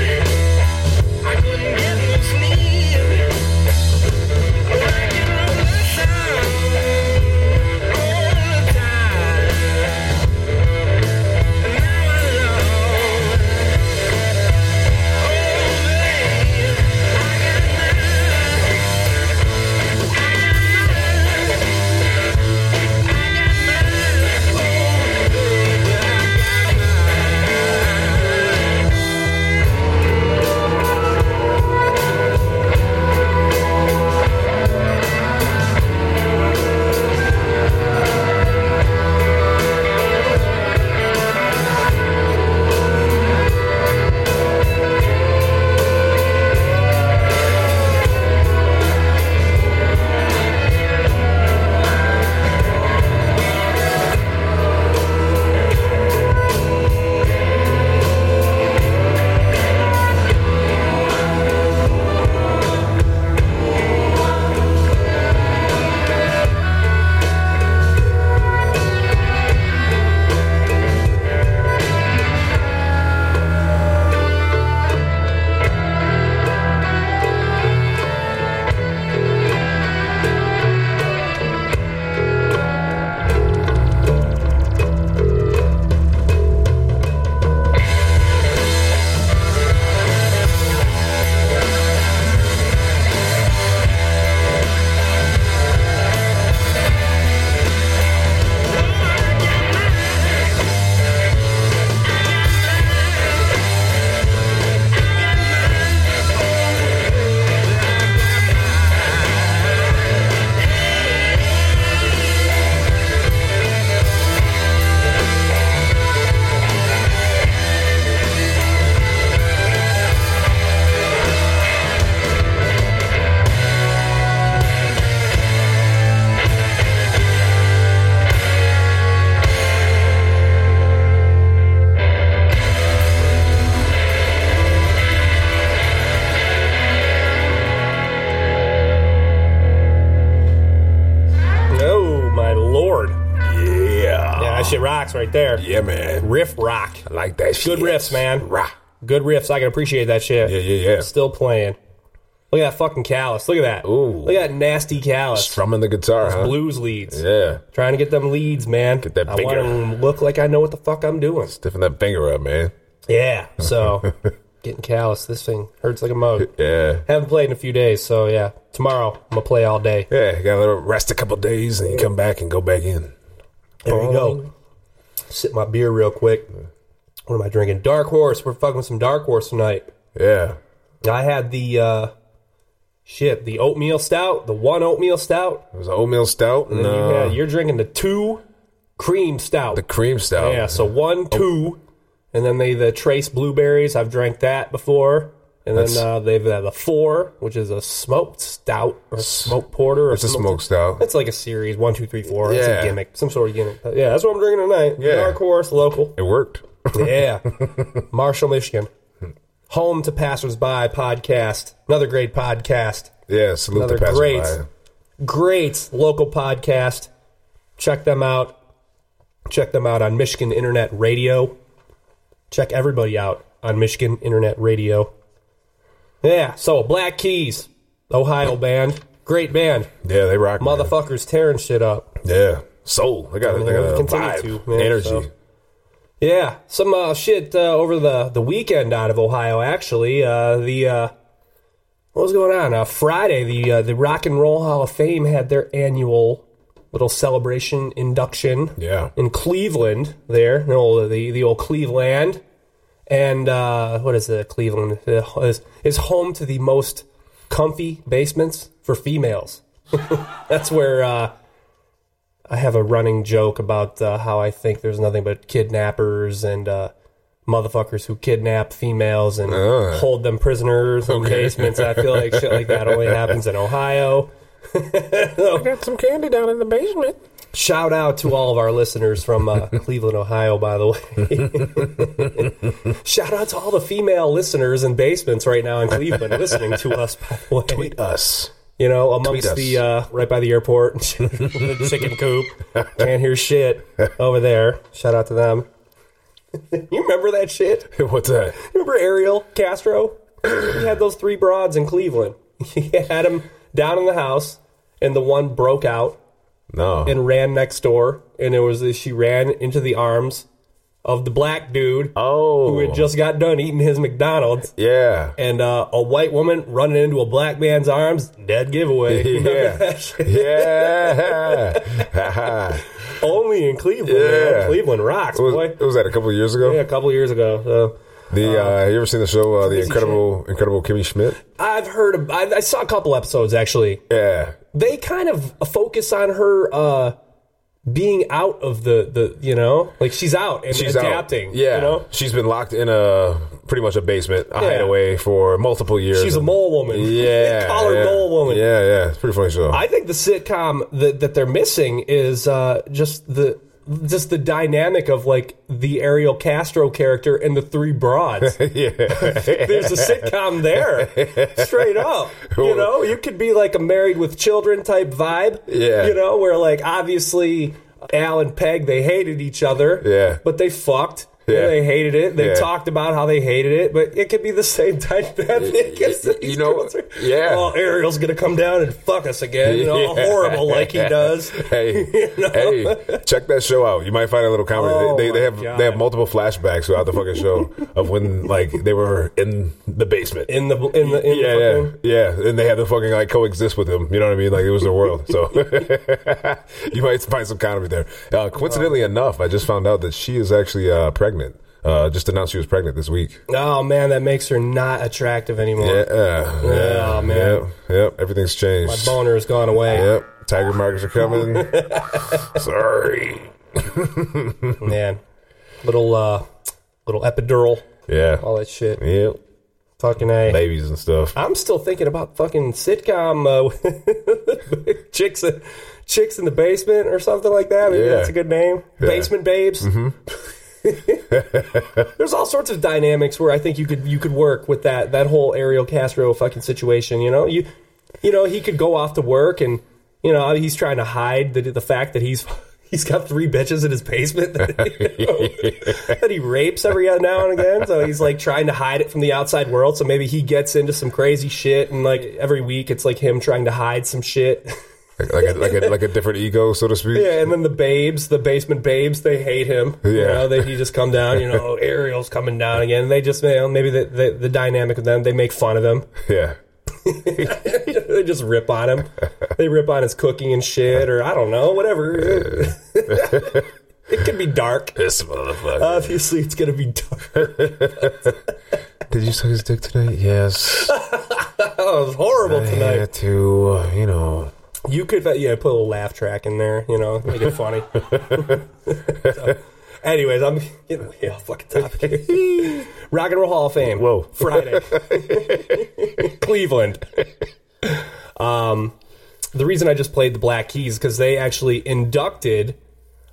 I couldn't get no sleep. Oh my lord! Yeah. Yeah, that shit rocks right there. Yeah, man. Riff rock. I like that shit. Good riffs, man. Rah. Good riffs. I can appreciate that shit. Yeah, yeah, yeah. Still playing. Look at that fucking callus. Look at that. Ooh. Look at that nasty callus. Strumming the guitar, huh? Blues leads. Yeah. Trying to get them leads, man. Get that I want bigger. to look like I know what the fuck I'm doing. Stiffen that finger up, man. Yeah. So getting callous. This thing hurts like a mug. Yeah. Haven't played in a few days, so yeah. Tomorrow I'm gonna play all day. Yeah, you gotta let it rest a couple days and you come back and go back in. There we go. Sip my beer real quick. What am I drinking? Dark Horse. We're fucking with some Dark Horse tonight. Yeah. I had the uh shit, the oatmeal stout, the one oatmeal stout. It was an oatmeal stout and uh, yeah, you're drinking the two cream stout. the Oh. cream stout. yeah, so one, two, and then they the trace blueberries. I've drank that before. And then That's- uh, they've had the four, which is a smoked stout or smoked porter. Or It's a smoke smoked- stout. It's like a series, one, two, three, four. It's Yeah. a gimmick, some sort of gimmick. But yeah, that's what I'm drinking tonight. Yeah. Dark Horse, local. It worked. Yeah. Marshall, Michigan. Home to Passersby podcast. Another great podcast. Yeah, salute Another the passerby. great, great local podcast. Check them out. Check them out on Michigan Internet Radio. Check everybody out on Michigan Internet Radio. Yeah, so Black Keys, Ohio band. Great band. Yeah, they rock. man. Motherfuckers tearing shit up. Yeah. Soul. They got, they got a Continue vibe. to, man, energy. so. Yeah, some uh, shit uh, over the, the weekend out of Ohio. Actually, uh, the uh, what was going on? Uh, Friday, the uh, the Rock and Roll Hall of Fame had their annual little celebration induction Yeah. in Cleveland. There, no, the the old Cleveland, and uh, what is the Cleveland Uh, is is home to the most comfy basements for females. That's where. Uh, I have a running joke about uh, how I think there's nothing but kidnappers and uh, motherfuckers who kidnap females and Ah. hold them prisoners in basements. I feel like shit like that only happens in Ohio. Got some candy down in the basement. Shout out to all of our listeners from uh, Cleveland, Ohio, by the way. Shout out to all the female listeners in basements right now in Cleveland listening to us, by the way. Tweet us. You know, amongst us. the uh, right by the airport, the chicken coop. Can't hear shit over there. Shout out to them. you remember that shit? What's that? Remember Ariel Castro? he had those three broads in Cleveland. He had them down in the house, and the one broke out No. and ran next door, and it was she ran into the arms of the black dude oh. who had just got done eating his McDonald's yeah. and uh, a white woman running into a black man's arms, dead giveaway. Remember that shit? Yeah. Ha-ha. Only in Cleveland. Yeah. man. Oh, Cleveland rocks, It was, boy. it was that a couple of years ago? Yeah, a couple years ago. So. The uh, you ever seen the show uh, the crazy incredible incredible Kimmy Schmidt? I've heard. Of, I, I saw a couple episodes actually. Yeah, They kind of focus on her uh, being out of the the you know, like she's out and she's out. adapting. Yeah, you know, she's been locked in a pretty much a basement, a hideaway for multiple years. she's a mole woman. Yeah, They call her yeah. mole woman. Yeah, yeah, it's a pretty funny show. I think the sitcom that, that they're missing is uh, just the just the dynamic of like the Ariel Castro character and the three broads. yeah, There's a sitcom there, straight up. You know, you could be like a married with children type vibe. Yeah. you know, where like obviously Al and Peg they hated each other. Yeah. but they fucked. Yeah. They hated it. They Yeah. talked about how they hated it, but it could be the same dynamic. as You these know, girls are- yeah. Oh, Ariel's gonna come down and fuck us again. You know, Yeah. horrible like he does. hey, hey, check that show out. You might find a little comedy. Oh they, they, they my have God. they have multiple flashbacks throughout the fucking show of when like they were in the basement. In the in the in yeah, the yeah, fucking, yeah, and they had to fucking like coexist with him. You know what I mean? Like it was their world. So you might find some comedy there. Uh, coincidentally enough, I just found out that she is actually uh, pregnant. Uh, just announced she was pregnant this week. Oh man, that makes her not attractive anymore. Yeah, yeah, Yeah, man. Yep, yep. Everything's changed. My boner has gone away. Yep, tiger markers are coming. Sorry. man. Little uh little epidural, Yeah. all that shit. Yep. Fucking A. Babies and stuff. I'm still thinking about fucking sitcom uh, chicks chicks in the basement or something like that. Maybe Yeah. that's a good name. Basement babes. There's all sorts of dynamics where I think you could you could work with that that whole Ariel Castro fucking situation. You know you you know he could go off to work and you know he's trying to hide the the fact that he's He's got three bitches in his basement that, you know, that he rapes every now and again. So he's like trying to hide it from the outside world. So maybe he gets into some crazy shit, and like every week it's like him trying to hide some shit. Like, like, a, like, a, like a different ego, so to speak. Yeah, and then the babes, the basement babes, they hate him. You Yeah. know, they, he just come down. You know, Ariel's coming down again. And they just, you know, maybe the, the the dynamic of them, they make fun of him. Yeah. they just rip on him. They rip on his cooking and shit, or I don't know, whatever. it could be dark. This motherfucker. Obviously, it's gonna be dark. Uh, Did you suck his dick tonight? Yes. Oh, it was horrible I tonight. had to, uh, you know. You could, uh, yeah, put a little laugh track in there, you know, make it funny. So, anyways, I'm getting way off fucking topic here. Rock and Roll Hall of Fame. Whoa. Friday. Cleveland. Um, the reason I just played the Black Keys because they actually inducted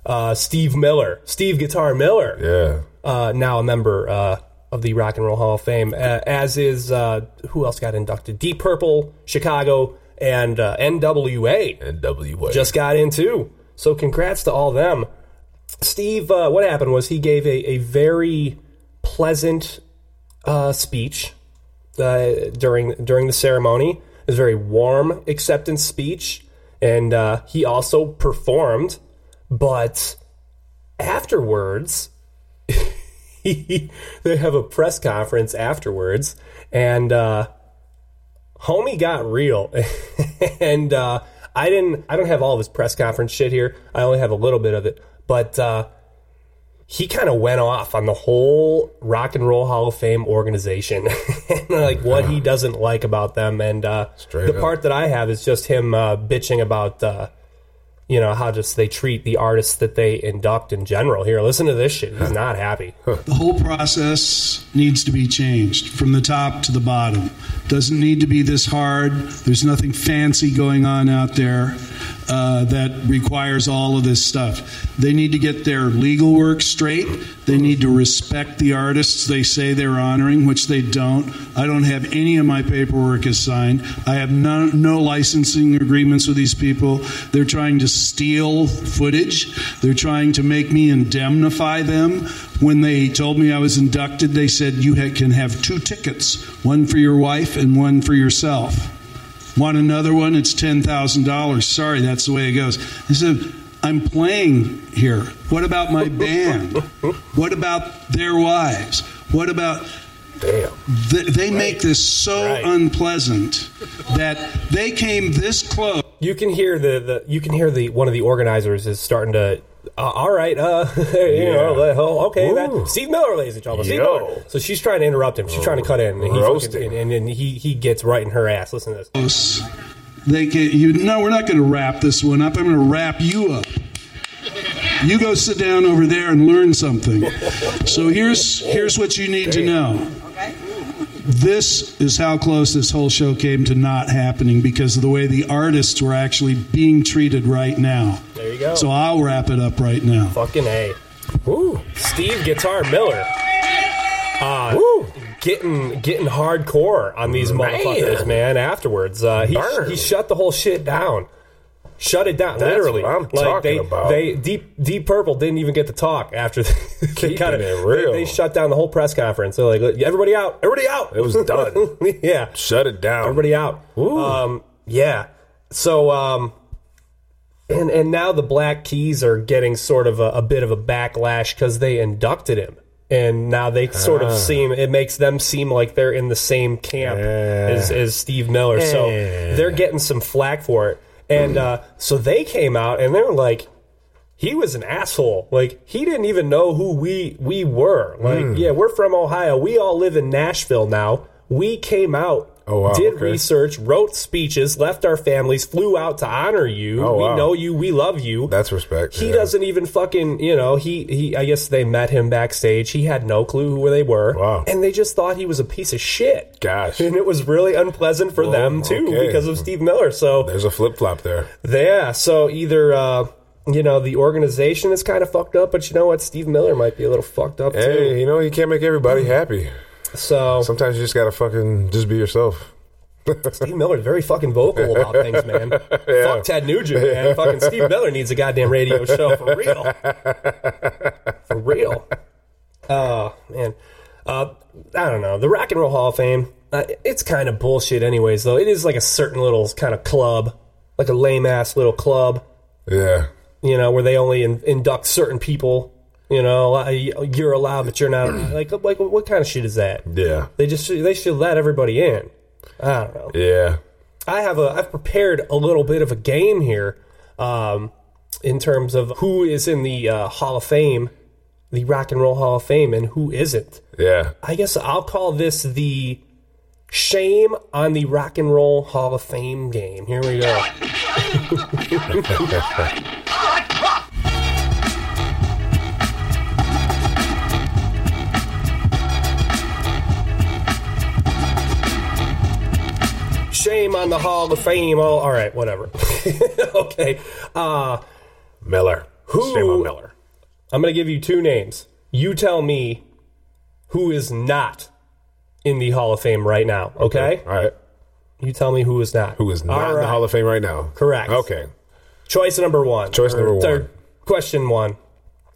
uh, Steve Miller, Steve Guitar Miller, Yeah. uh, now a member uh, of the Rock and Roll Hall of Fame, uh, as is uh, who else got inducted? Deep Purple, Chicago, and uh, NWA NWA. just got in too. So congrats to all them. Steve, uh, what happened was he gave a, a very pleasant uh, speech uh, during during the ceremony. It was a very warm acceptance speech, and uh, he also performed. But afterwards, he, they have a press conference afterwards, and uh, homie got real and uh, i didn't i don't have all of his press conference shit here i only have a little bit of it but uh, he kind of went off on the whole rock and roll hall of fame organization and like what he doesn't like about them and uh, Straight the up. part that i have is just him uh, bitching about uh, you know how just they treat the artists that they induct in general here listen to this shit he's not happy The whole process needs to be changed from the top to the bottom. Doesn't need to be this hard. There's nothing fancy going on out there uh, that requires all of this stuff. They need to get their legal work straight. They need to respect the artists they say they're honoring, which they don't. I don't have any of my paperwork is signed. I have no, no licensing agreements with these people. They're trying to steal footage. They're trying to make me indemnify them. When they told me I was inducted, they said you ha- can have two tickets, one for your wife and one for yourself. Want another one? It's ten thousand dollars. Sorry, that's the way it goes. I said, I'm playing here. What about my band? What about their wives? What about Damn. Th- they make this so Right. unpleasant that they came this close. you can hear the, the you can hear the one of the organizers is starting to uh, all right uh you know Yeah. like, oh, okay Ooh. that Steve Miller ladies and gentlemen Steve Yo. Miller. so she's trying to interrupt him she's trying to cut in and he Roasting. fucking- and, and he he gets right in her ass listen to this They can, you no, we're not going to wrap this one up. I'm going to wrap you up. You go sit down over there and learn something. So here's here's what you need to know. This is how close this whole show came to not happening because of the way the artists were actually being treated right now. there you go So I'll wrap it up right now. fucking a Woo. Steve Guitar Miller Woo. getting getting hardcore on these Man. motherfuckers man afterwards uh he, Burn. he shut the whole shit down shut it down That's literally what I'm like talking they about. they deep deep purple didn't even get to talk after they, they Keeping kind of it real. They, they shut down the whole press conference they're like everybody out everybody out It was done. yeah Shut it down. everybody out Ooh. um yeah so um and and now the black keys are getting sort of a, a bit of a backlash because they inducted him and now they sort Ah. of seem it makes them seem like they're in the same camp Yeah. as, as steve miller so Yeah. they're getting some flack for it and uh, so they came out and they were like he was an asshole. Like he didn't even know who we we were. Like Hmm. yeah, we're from Ohio. We all live in Nashville now. We came out, Oh, wow, did okay. research, wrote speeches, left our families, flew out to honor you. Oh, we wow. know you. We love you. That's respect. he yeah. doesn't even fucking you know he he. I guess they met him backstage. He had no clue who they were. Wow. And they just thought he was a piece of shit. Gosh. And it was really unpleasant for them too okay. because of Steve Miller. So There's a flip flop there. yeah, so either uh, you know the organization is kind of fucked up, but you know what, Steve Miller might be a little fucked up too. Mm. Hey, you know, you can't make everybody happy. So Sometimes you just gotta fucking just be yourself. Steve Miller's very fucking vocal about things, man. Fuck Ted Nugent, man. Fucking Steve Miller needs a goddamn radio show for real. For real. Oh, man. Uh, I don't know. The Rock and Roll Hall of Fame, uh, it's kind of bullshit, anyways, though. It is like a certain little kind of club, like a lame ass little club, Yeah. you know, where they only in- induct certain people. You know, uh, you're allowed, but you're not. Like, like, what kind of shit is that? Yeah. They just they should let everybody in. I don't know. Yeah. I have a I've prepared a little bit of a game here, um, in terms of who is in the uh, Hall of Fame, the Rock and Roll Hall of Fame, and who isn't. Yeah. I guess I'll call this the shame on the Rock and Roll Hall of Fame game. Here we go. Shame on the Hall of Fame. Oh, all right, whatever. okay. Uh, Miller. Who- Shame on Miller. I'm going to give you two names. You tell me who is not in the Hall of Fame right now, okay? All right. You tell me who is not. Who is not All in the right. Hall of Fame right now? Correct. Okay. Choice number one. Choice number one. Question one.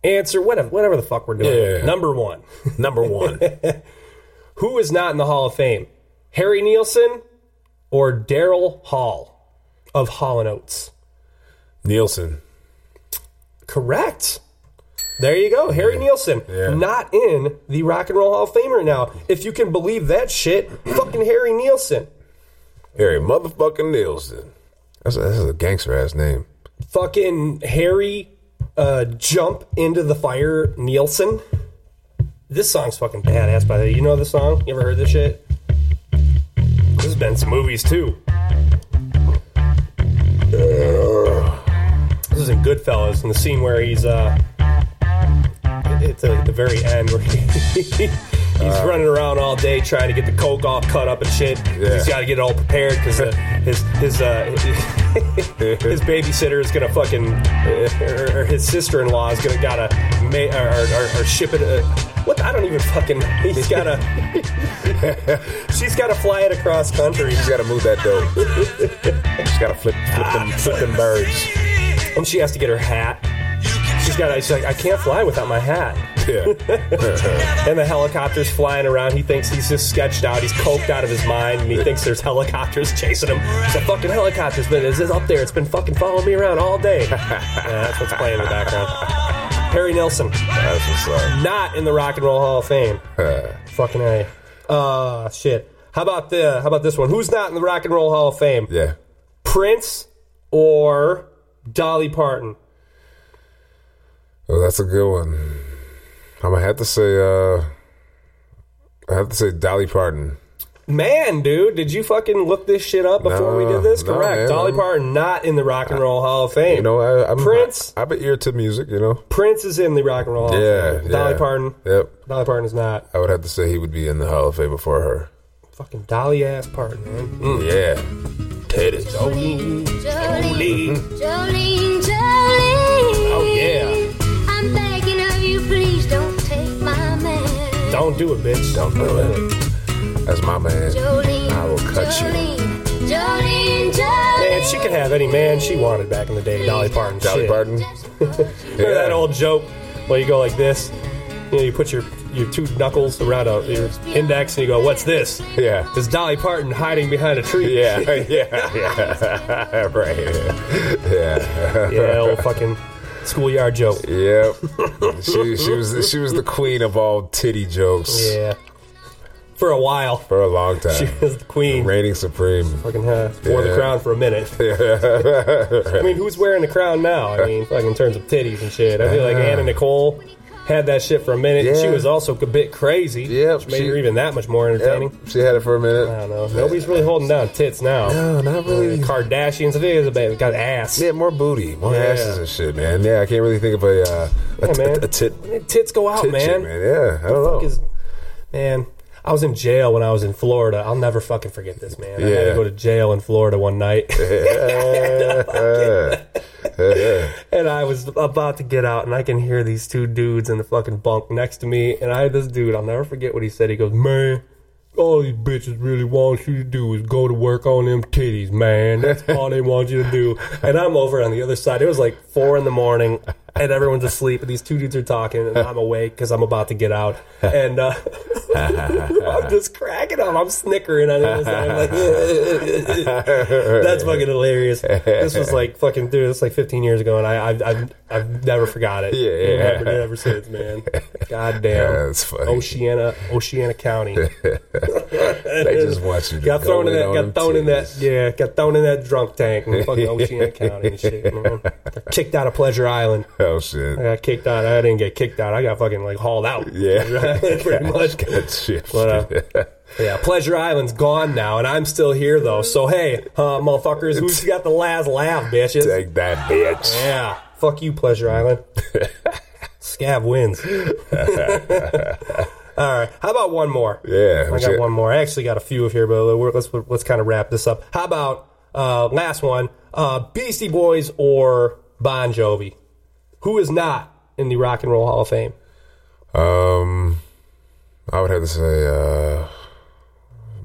Answer whatever whatever the fuck we're doing. Yeah, yeah, yeah. Number one. Number one. Who is not in the Hall of Fame? Harry Nielsen or Daryl Hall of Hall and Oates? Nielsen. Correct. There you go. Harry Nielsen. Yeah. Not in the Rock and Roll Hall of Fame right now. If you can believe that shit, fucking Harry Nielsen. Harry motherfucking Nielsen. That's a, that's a gangster ass name. fucking Harry uh, jump into the fire Nielsen. This song's fucking badass by the way. You know this song? You ever heard this shit? This has been some movies too. This is in Goodfellas in the scene where he's uh at the, at the very end where he, he's running around all day trying to get the coke all cut up and shit. Yeah. He's got to get it all prepared because uh, his his uh, his babysitter is gonna fucking uh, or, or his sister in law is gonna gotta ma- or, or, or, or ship it. Uh, what I don't even fucking. He's gotta. she's gotta fly it across country. She's got to move that dough. She's got to flip, flip them, flip them birds. And she has to get her hat. She's got. She's like, I can't fly without my hat. Yeah. And the helicopter's flying around. He thinks he's just sketched out. He's coked out of his mind. And he thinks there's helicopters chasing him. It's a fucking helicopter's been it's up there. It's been fucking following me around all day. Yeah, that's what's playing in the background. Harry Nelson, That's what's up. not in the Rock and Roll Hall of Fame. Uh, Fucking a. Uh, shit. How about the? How about this one? Who's not in the Rock and Roll Hall of Fame? yeah. Prince or Dolly Parton? Well, that's a good one. I'm gonna have to say, uh, I have to say Dolly Parton. Man, dude, did you fucking look this shit up before we did this? No, no, Correct. man, Dolly I'm- Parton not in the Rock and Roll Hall of Fame. You know, I, I'm Prince. I, I'm an ear to music. You know. Prince is in the Rock and Roll Hall Yeah. of Fame. Dolly yeah. Parton. Yep. Dolly Parton is not. I would have to say he would be in the Hall of Fame before her. Fucking Dolly ass Parton, man. Mm. Yeah. Titties. Holy. Jolene, Jolene. Oh, yeah. I'm begging of you, please don't take my man. Don't do it, bitch. Don't do it. That's my man. Jolene, I will cut you. Jolene, Jolene, Jolene. Man, she could have any man she wanted back in the day, Dolly Parton. Dolly shit. Parton. Just put you- Remember that old joke where you go like this? You know, you put your, your two knuckles around a, your index and you go, what's this? Yeah. This Dolly Parton hiding behind a tree. Yeah, yeah, yeah. right. Yeah. Yeah, old fucking schoolyard joke. Yep. She she was she was the queen of all titty jokes Yeah. For a while, for a long she time. was the queen. Reigning supreme. fucking uh, wore the Yeah. crown for a minute. I mean, who's wearing the crown now? I mean, like in terms of titties and shit. I feel like Yeah. Anna Nicole had that shit for a minute. and She Yeah. was also a bit crazy. Yep, Which made she- her even that much more entertaining. Yep. She had it for a minute. I don't know. Nobody's really holding down tits now. No, not The really. Kardashians, I think it's a bit- got ass. Yeah, more booty, more Yeah. asses and shit, man. Yeah, I can't really think of a uh, a, Yeah, t- man. a tit, Tits go out, tit man. shit, man. Yeah, I don't know. Fuck is- man, I was in jail when I was in Florida. I'll never fucking forget this, man. I had to Yeah. go to jail in Florida one night. and I was about to get out, and I can hear these two dudes in the fucking bunk next to me. And I had this dude, I'll never forget what he said. He goes, Man, all these bitches really want you to do is go to work on them titties, man. That's all they want you to do. And I'm over on the other side. It was like four in the morning, and everyone's asleep, and these two dudes are talking, and I'm awake because I'm about to get out. And uh, I'm just cracking up. I'm snickering on the other side. I'm like, that's fucking hilarious. This was like fucking dude. This was like 15 years ago, and I, I've, I've, I've never forgot it. Yeah, yeah. Never, never since, man. God damn. Yeah, that's funny. Oceana, Oceana County. They just want you to got go thrown in in that. on Got them thrown in that. titties. Yeah, got thrown in that drunk tank in fucking Oceana County and shit. Man. Kicked out of Pleasure Island. Oh shit. I got kicked out. I didn't get kicked out. I got fucking like hauled out. Yeah. pretty much. Got shifted. But, Yeah, Pleasure Island's gone now, and I'm still here though. So hey, uh, motherfuckers, who's got the last laugh, bitches? Take that, bitch. Yeah. Fuck you, Pleasure Island. Scav wins. All right. How about one more? Yeah, I what's got it? one more. I actually got a few of here, but we're- let's let's kind of wrap this up. How about uh, last one? Uh, Beastie Boys or Bon Jovi? Who is not in the Rock and Roll Hall of Fame? Um, I would have to say, uh,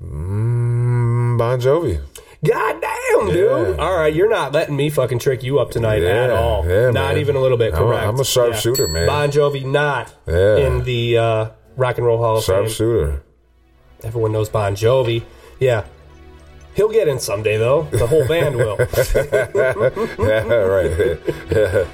mm, Bon Jovi. God damn, dude! Yeah. All right, you're not letting me fucking trick you up tonight at Yeah, all. yeah, not man. even a little bit. I'm a- Correct. I'm a sharpshooter, man. Bon Jovi not Yeah. in the uh, Rock and Roll Hall of Fame. Sharpshooter. Everyone knows Bon Jovi. Yeah. He'll get in someday, though. The whole band will. Yeah, right. Yeah.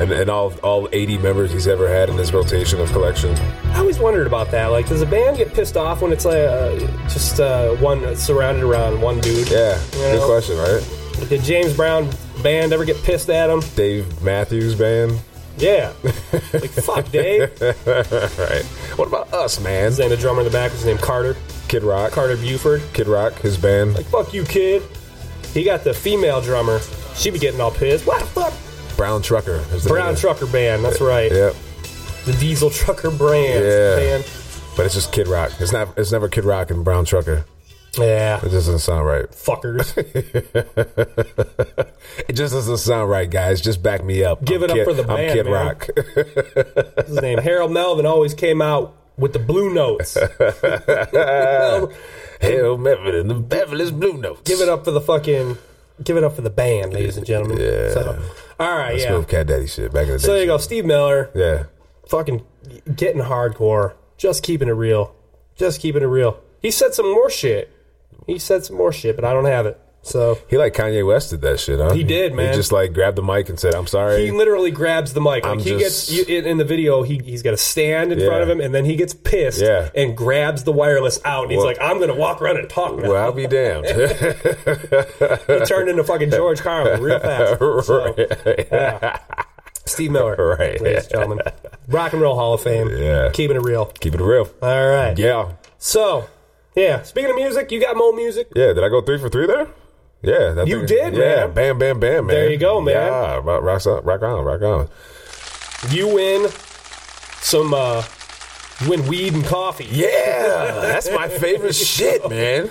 And, and all all 80 members he's ever had in his rotation of collection. I always wondered about that. Like, does a band get pissed off when it's like uh, just uh, one surrounded around one dude? Yeah, You good know? question, right? Did James Brown band ever get pissed at him? Dave Matthews Band. Yeah. like, fuck, Dave. right. What about us, man? His name, the drummer in the back, was named Carter. Kid Rock. Carter Buford. Kid Rock, his band. Like, fuck you, kid. He got the female drummer. She be getting all pissed. What the fuck? Brown Trucker. is the Brown name. Trucker Band. That's right. Yep. The Diesel Trucker Brand. Yeah. Band. But it's just Kid Rock. It's not. It's never Kid Rock and Brown Trucker. Yeah. It just doesn't sound right. Fuckers. It just doesn't sound right, guys. Just back me up. Give I'm it up Kid- for the I'm band, Kid man. Rock. his name. Harold Melvin always came out with the blue notes. Hell, Melvin and the Beverly's Blue Notes. give it up for the fucking. Give it up for the band, ladies and gentlemen. Yeah. So, all right, Let's yeah. move Cat Daddy shit back in the day. So there you go, Steve Miller, Yeah. fucking getting hardcore, just keeping it real, just keeping it real. He said some more shit. He said some more shit, but I don't have it. So He like Kanye West did that shit, huh? He did, man. He just like grabbed the mic and said, "I'm sorry." he literally grabs the mic. I'm Like he just- gets you, in, in the video. He he's got a stand in Yeah. front of him, and then he gets pissed Yeah. and grabs the wireless out. And he's Well- like, "I'm gonna walk around and talk." Now. well, I'll be damned. he turned into fucking George Carlin real fast. So, yeah. Steve Miller, Right. ladies and gentlemen, Rock and Roll Hall of Fame. Yeah. keeping it real. Keep it real. All right. Yeah. So, yeah. Speaking of music, you got Mo music. Yeah. Did I go three for three there? Yeah. That's You did, Yeah. man. Bam, bam, bam, man. There you go, man. Yeah. Rock, rock, on, rock on, rock on. You win some. uh You win weed and coffee. Yeah. that's my favorite shit, man.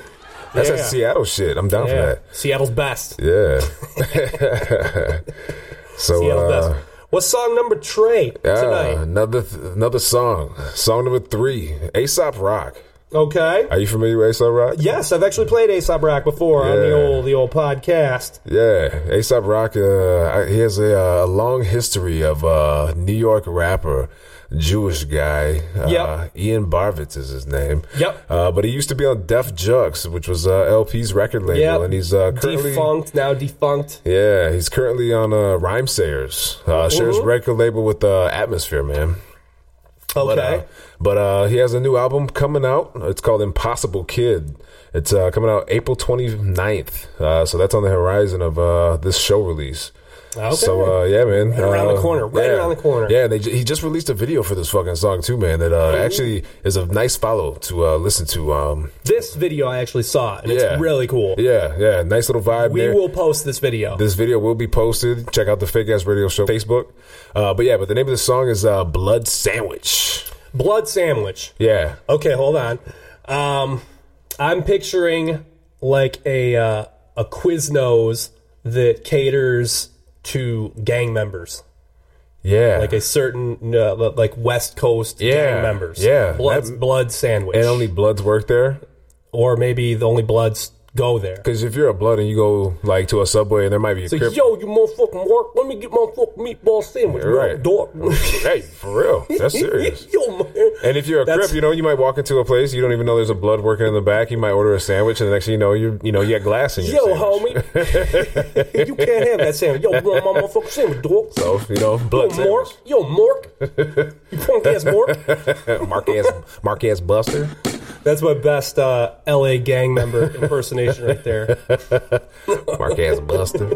That's Yeah. that Seattle shit. I'm down for Yeah. that. Seattle's best. Yeah. so Seattle's uh, best. What's song number Trey yeah, tonight? another th- another song, song number three, Aesop Rock. Okay. Are you familiar with Aesop Rock? Yes, I've actually played Aesop Rock before on the Yeah. old the old podcast. Yeah, Aesop Rock. Uh, I- he has a, uh, a long history of uh, New York rapper, Jewish guy. Uh, Yep. Ian Barvitz is his name. Yep. Uh, but he used to be on Def Jux, which was uh, LP's record label, Yep. and he's uh, currently defunct now. Defunct. Yeah, he's currently on uh, Rhymesayers, uh, shares record label with uh, Atmosphere, man. Okay. But, uh, but uh, he has a new album coming out. It's called Impossible Kid. It's uh, coming out April 29th. Uh, so that's on the horizon of uh, this show release. Okay. So uh, yeah, man, Right around Uh, the corner. Right yeah. around the corner. Yeah, they, ju- he just released a video for this fucking song too, man. That uh, actually is a nice follow to uh, listen to. Um, This video I actually saw, and Yeah. it's really cool. yeah, yeah, nice little vibe. We there. will post this video. This video will be posted. Check out the Fake Ass Radio Show Facebook. Uh, but yeah, but the name of the song is uh, Blood Sandwich. Blood sandwich. Yeah. Okay, hold on. Um, I'm picturing like a uh, a Quiznos that caters to gang members, Yeah. like a certain uh, like West Coast Yeah, gang members. yeah. blood That- blood sandwich. and only Bloods work there. or maybe the only bloods go there. Because if you're a blood and you go like to a subway and there might be a It's crip, like, yo, you motherfucking work. Let me get my fucking meatball sandwich. You're right. Dog. hey, for real, that's serious. yo, man. And if you're a That's- crip, you know you might walk into a place you don't even know there's a blood working in the back. You might order a sandwich, and the next thing you know, you you know you got glass in your Yo, sandwich. homie, you can't have that sandwich. Yo, you want my motherfucking sandwich, dog? So you know Yo, blood Mork. Yo, Mork. You punk ass Mork. sandwich. Mark ass Mark ass Buster. That's my best uh, LA gang member impersonation right there. Mark ass Buster.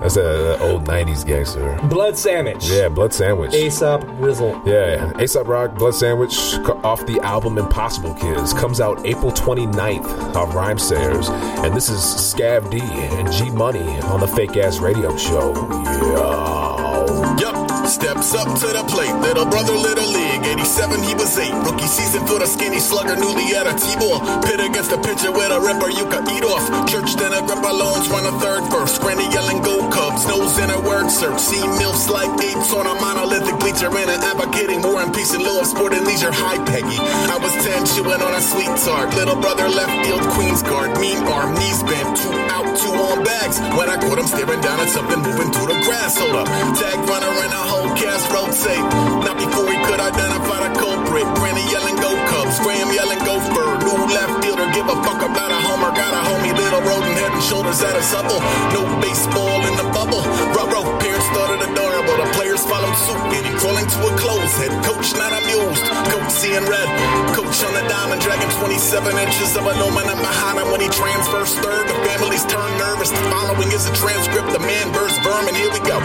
That's an old '90s gangster. Blood sandwich. Yeah, blood sandwich. Aesop Rizzle. Yeah, Aesop Rock Blood Sandwich co- off the album Impossible Kids comes out April 29th on Rhymesayers. And this is Scav D and G Money on the Fake Ass Radio Show. Yeah. Yup, steps up to the plate. Little brother, little league. 87, he was 8. Rookie season for the skinny slugger, newly at a T-ball. Pit against the pitcher with a ripper you could eat off. Church dinner, grandpa loans, run a third first. Granny yelling, go Cubs. Nose in a word search. See milfs like apes on a monolithic bleacher. In an advocating war and peace and love, sport and leisure. Hi, Peggy. I was 10, chewing on a sweet tart. Little brother left field, Queens guard. Mean arm, knees bent, two out, two on bags. When I caught him staring down at something moving through the grass. Hold up. Tag runner and a whole cast rotate. Not before he could identify the culprit. Granny yelling, go Cubs. Graham yelling, go Bird. New left fielder, give a fuck about a homer. Got a homie, little rodent, head and shoulders at a supple. No baseball in the bubble. Rubro, parents started adorable. The players followed suit, getting crawling to a close. Head coach not amused. Coach seeing red. Coach on the diamond, dragging 27 inches of aluminum behind him when he transfers third. The families turn nervous. The following is a transcript. The man bursts vermin. Here we go.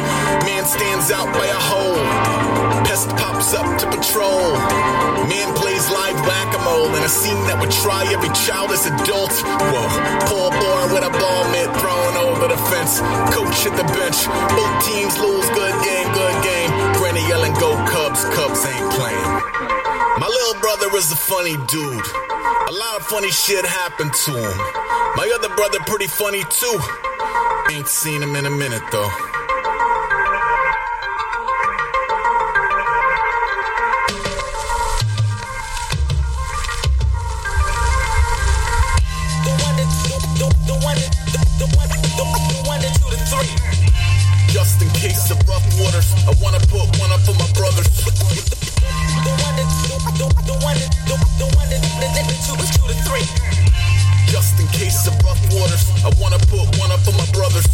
Man stands out by a hole. Pest pops up to patrol. Man plays live whack-a-mole in a scene that would try every child as adult. Whoa, poor boy with a ball mitt thrown over the fence. Coach at the bench. Both teams lose. Good game, good game. Granny yelling, go Cubs. Cubs ain't playing. My little brother is a funny dude. A lot of funny shit happened to him. My other brother pretty funny too. Ain't seen him in a minute though. Just in case of rough waters, I wanna put one up for my brothers. The one that, the, the, the one that, the, the one that, the, the, the two, two to three. Just in case of rough waters, I wanna put one up for my brothers.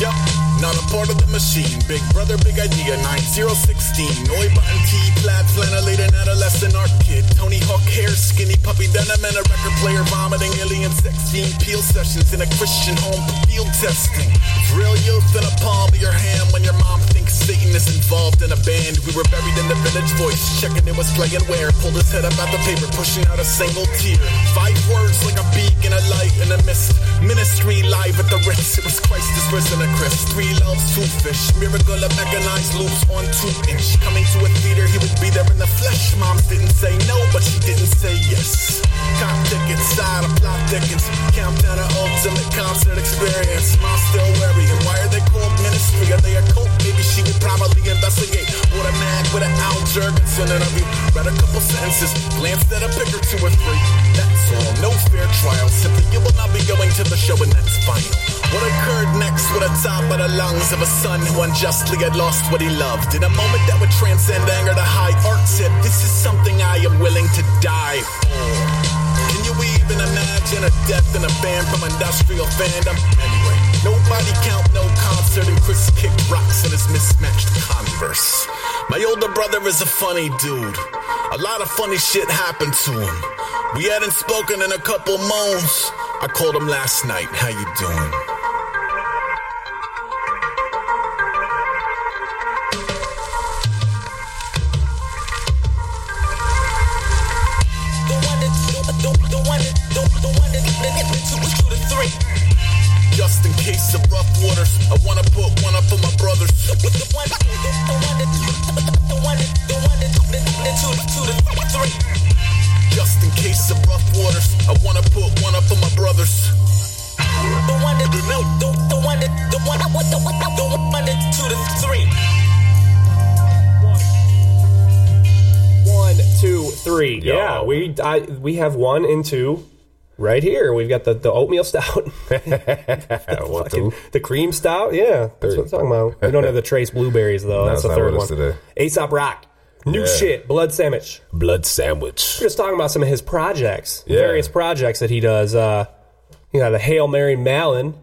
Yep, not a part of the machine. Big brother, big idea, 9016. Noi button tee, plaid flannelate, an adolescent art kid. Tony Hawk hair, skinny puppy denim, and a record player vomiting alien sex scene. Peel sessions in a Christian home for field testing. Drill youth in a palm of your hand when your mom thinks Satan is involved in a band. We were buried in the village voice, checking it was playing where. Pulled his head up out the paper, pushing out a single tear. Five words like a beacon of light in a mist. Ministry live at the Ritz. It was Christ is risen a Chris. Three loves, two fish. Miracle of mechanized loops on two inch. Coming to a theater, he would be there in the flesh. Moms didn't say no, but she didn't say yes. Cop tickets, side of plot tickets. Countdown to ultimate concert experience. Mom's still wary. And why are they called ministry? Are they a cult? Maybe she would probably investigate. What a mag with an Al Jurgensen interview. Read a couple sentences, glanced at a picture two or three. That's all. No fair trial. Simply, you will not be going to the show, and that's fine. What occurred next with a top of the lungs of a son who unjustly had lost what he loved? In a moment that would transcend anger to high art said, This is something I am willing to die for. Can you even imagine a death in a band from industrial fandom? Anyway, nobody count no concert, and Chris kicked rocks in his mismatched Converse. My older brother is a funny dude. A lot of funny shit happened to him. We hadn't spoken in a couple months. I called him last night. How you doing? Just in case of rough waters, I wanna put one up for my brothers. Just in case of rough waters, I wanna put one up for my brothers. The one that, the, the, the one that, the one, the one, the one, the one, the two, the three. One, two, three. Yeah, we I, we have one and two Right here, we've got the, the oatmeal stout, What the- Fucking- the cream stout. Yeah, that's what I'm talking about. We don't have the trace blueberries though. No, that's it's the not third with one. us today. Aesop Rock, new Yeah. shit, blood sandwich. Blood sandwich. We're just talking about some of his projects, Yeah. various projects that he does. Uh, you know, the Hail Mary Malin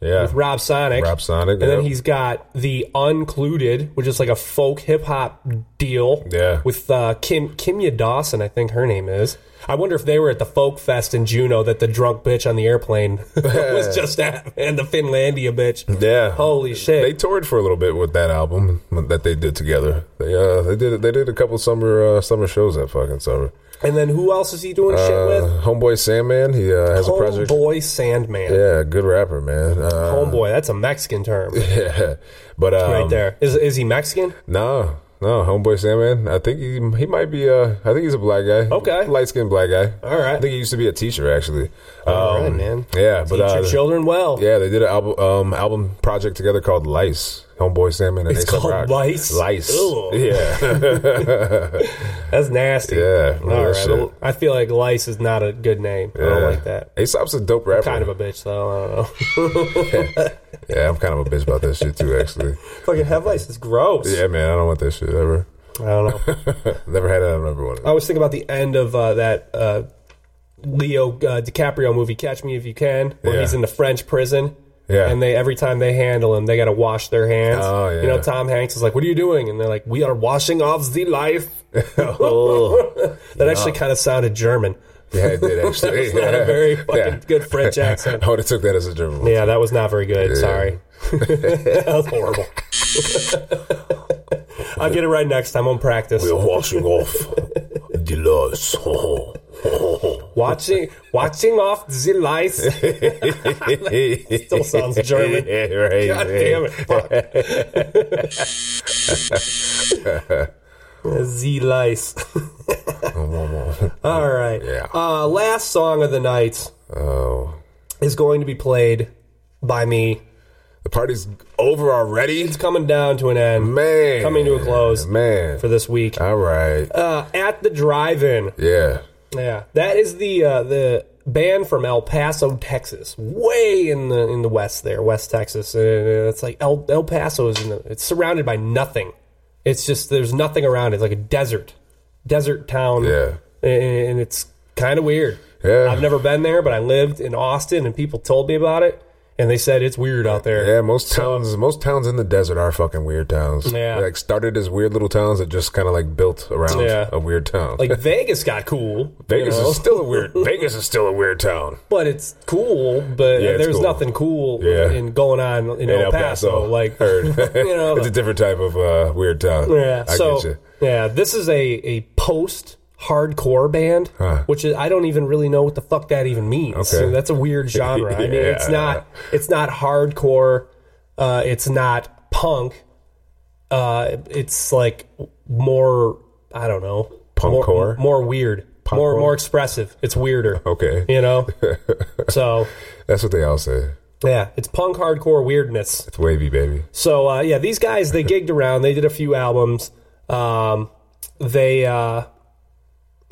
Yeah. with Rob Sonic. Rob Sonic, And then yep. he's got the Uncluded, which is like a folk hip hop deal. Yeah. With uh, Kim Kimya Dawson, I think her name is. I wonder if they were at the folk fest in Juneau that the drunk bitch on the airplane was just at, and the Finlandia bitch. Yeah. Holy shit. They toured for a little bit with that album that they did together. They uh they did they did a couple summer uh, summer shows that fucking summer. And then who else is he doing shit Uh, with? Homeboy Sandman, he uh, has a project. Homeboy Sandman. Yeah, good rapper, man. Uh, Homeboy, that's a Mexican term. Yeah, but um, right there. Is is he Mexican? No, no, homeboy Sandman. I think he he might be. Uh, I think he's a black guy. Okay. light skinned black guy. All right. I think he used to be a teacher actually. All right, Um, man. Yeah, but Teach your uh, children well. Yeah, they did an album um, album project together called Lice. Homeboy Sandman. And It's A$AP called Rock. Lice? Lice. Ew. Yeah. That's nasty. Yeah, All real right. shit. I feel like Lice is not a good name. I don't Yeah. like that. Aesop's a dope rapper. Kind of a bitch, though. I don't know. yeah, I'm kind of a bitch about that shit too, actually. Fucking head lice is gross. Yeah, man, I don't want that shit ever. I don't know. Never had it. I never wanted it. I was thinking about the end of uh, that uh, Leo uh, DiCaprio movie, Catch Me If You Can, where Yeah. he's in the French prison. Yeah. And they every time they handle him, they got to wash their hands. Oh, yeah. You know, Tom Hanks is like, "What are you doing?" And they're like, "We are washing off the life." Oh. that actually kind of sounded German. Yeah, it did actually. It's not a very fucking Yeah. good French accent. I would have took that as a German. Yeah, that was not very good. Yeah. Sorry. that was horrible. I'll get it right next time on practice. washing off the loss. Watching watching off the lice. Still sounds German. Yeah, right. God damn it. Fuck. Z lice. All right. Yeah. Uh, last song of the night Oh, is going to be played by me. the party's over already, It's coming down to an end. man. Coming to a close man. for this week. All right. Uh, at the drive-in. Yeah. Yeah, that is the uh, the band from El Paso, Texas, way in the in the west there, West Texas. And uh, it's like El El Paso is in the, it's surrounded by nothing. It's just there's nothing around. It's like a desert, desert town. Yeah. and, and it's kind of weird. Yeah. I've never been there, but I lived in Austin, and people told me about it, and they said it's weird out there. Yeah, most towns, most towns in the desert are fucking weird towns. Yeah. like started as weird little towns that just kind of like built around Yeah. a weird town. Like Vegas got cool. Vegas you know? is still a weird. Vegas is still a weird town. but it's cool. But Yeah, it's there's cool. nothing cool Yeah. in going on in, In El Paso. Like Heard. you know, it's a different type of uh, weird town. yeah. I so get you. yeah, this is a a post hardcore band, Huh. which is, I don't even really know what the fuck that even means. Okay. So that's a weird genre. I mean, it's Yeah. not it's not hardcore. Uh, it's not punk. Uh, it's like more. I don't know. Punkcore? More, more weird. More Punkcore? more expressive. It's weirder. Okay. You know. so That's what they all say. yeah, it's punk hardcore weirdness. It's wavy, baby. So uh, yeah, these guys they gigged around. They did a few albums. Um, they uh,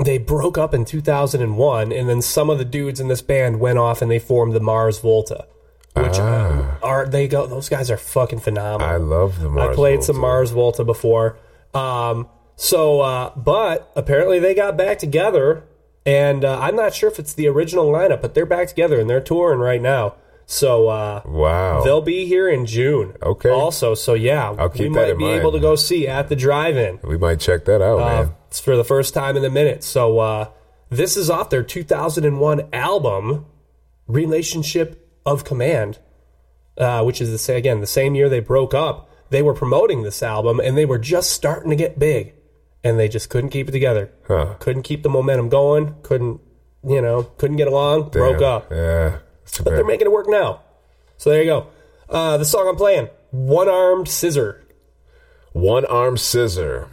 they broke up in 2001, and then some of the dudes in this band went off and they formed the Mars Volta, which uh are they go those guys are fucking phenomenal. Ah. I love the Mars. I played Volta. some Mars Volta before. Um, so, uh, but apparently they got back together, and uh, I'm not sure if it's the original lineup, but they're back together and they're touring right now. So uh, Wow. they'll be here in June. Oh. Okay. Also, so yeah, I'll keep we that might in be mind. able to go see at the drive-in. we might check that out, Uh, man. it's for the first time in a minute. So uh, this is off their 2001 album, Relationship of Command, uh, which is the sa- again the same year they broke up. They were promoting this album and they were just starting to get big, and they just couldn't keep it together. Huh. Couldn't keep the momentum going. Couldn't you know? Couldn't get along. Broke Damn. up. Yeah. It's too But they're bad. making it work now. So there you go. Uh, the song I'm playing, One Armed Scissor. One arm scissor.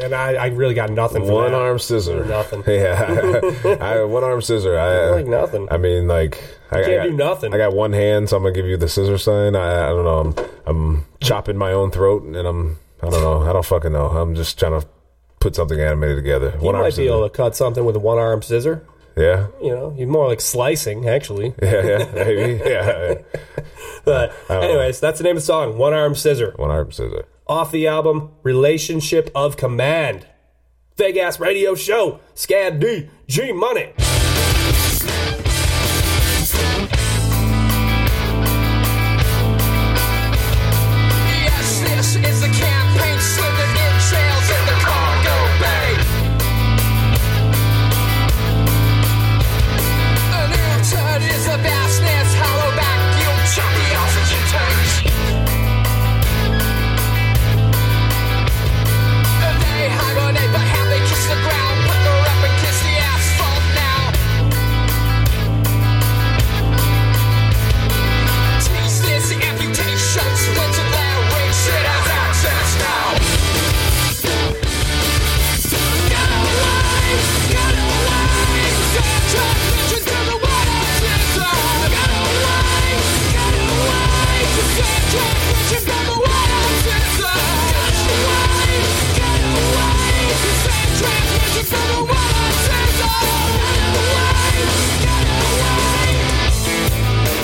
And I, I really got nothing for One that. arm scissor. Nothing. Yeah. I, one arm scissor. I Like nothing. I mean, like I Can't I got, do nothing. I got one hand, so I'm gonna give you the scissor sign. I, I don't know. I'm, I'm chopping my own throat, and I'm I don't know. I don't fucking know. I'm just trying to put something animated together. You One arm might be scissor. able to cut something with a one armed scissor. Yeah. You know, you're more like slicing, actually. Yeah, yeah, maybe. Yeah. But I don't know. anyways, that's the name of the song, One Arm Scissor. One arm scissor. Off the album, Relationship of Command. Big ass radio show, Scad D, G Money. Yes, this is the campaign swimming in trails in the cargo bay. An intern is a bass man's hollow back, you choppy oxygen tanks. And they hibernate, but have they kissed the ground? Pucker up and kiss the asphalt now. Teach this amputation, splinter their wings, shit has access now. Get away, get away, don't touch bitches in the water system. Get away, get away, don't touch bitches in the water system. Get away, get away, don't touch bitches in the water system. Get away, get away.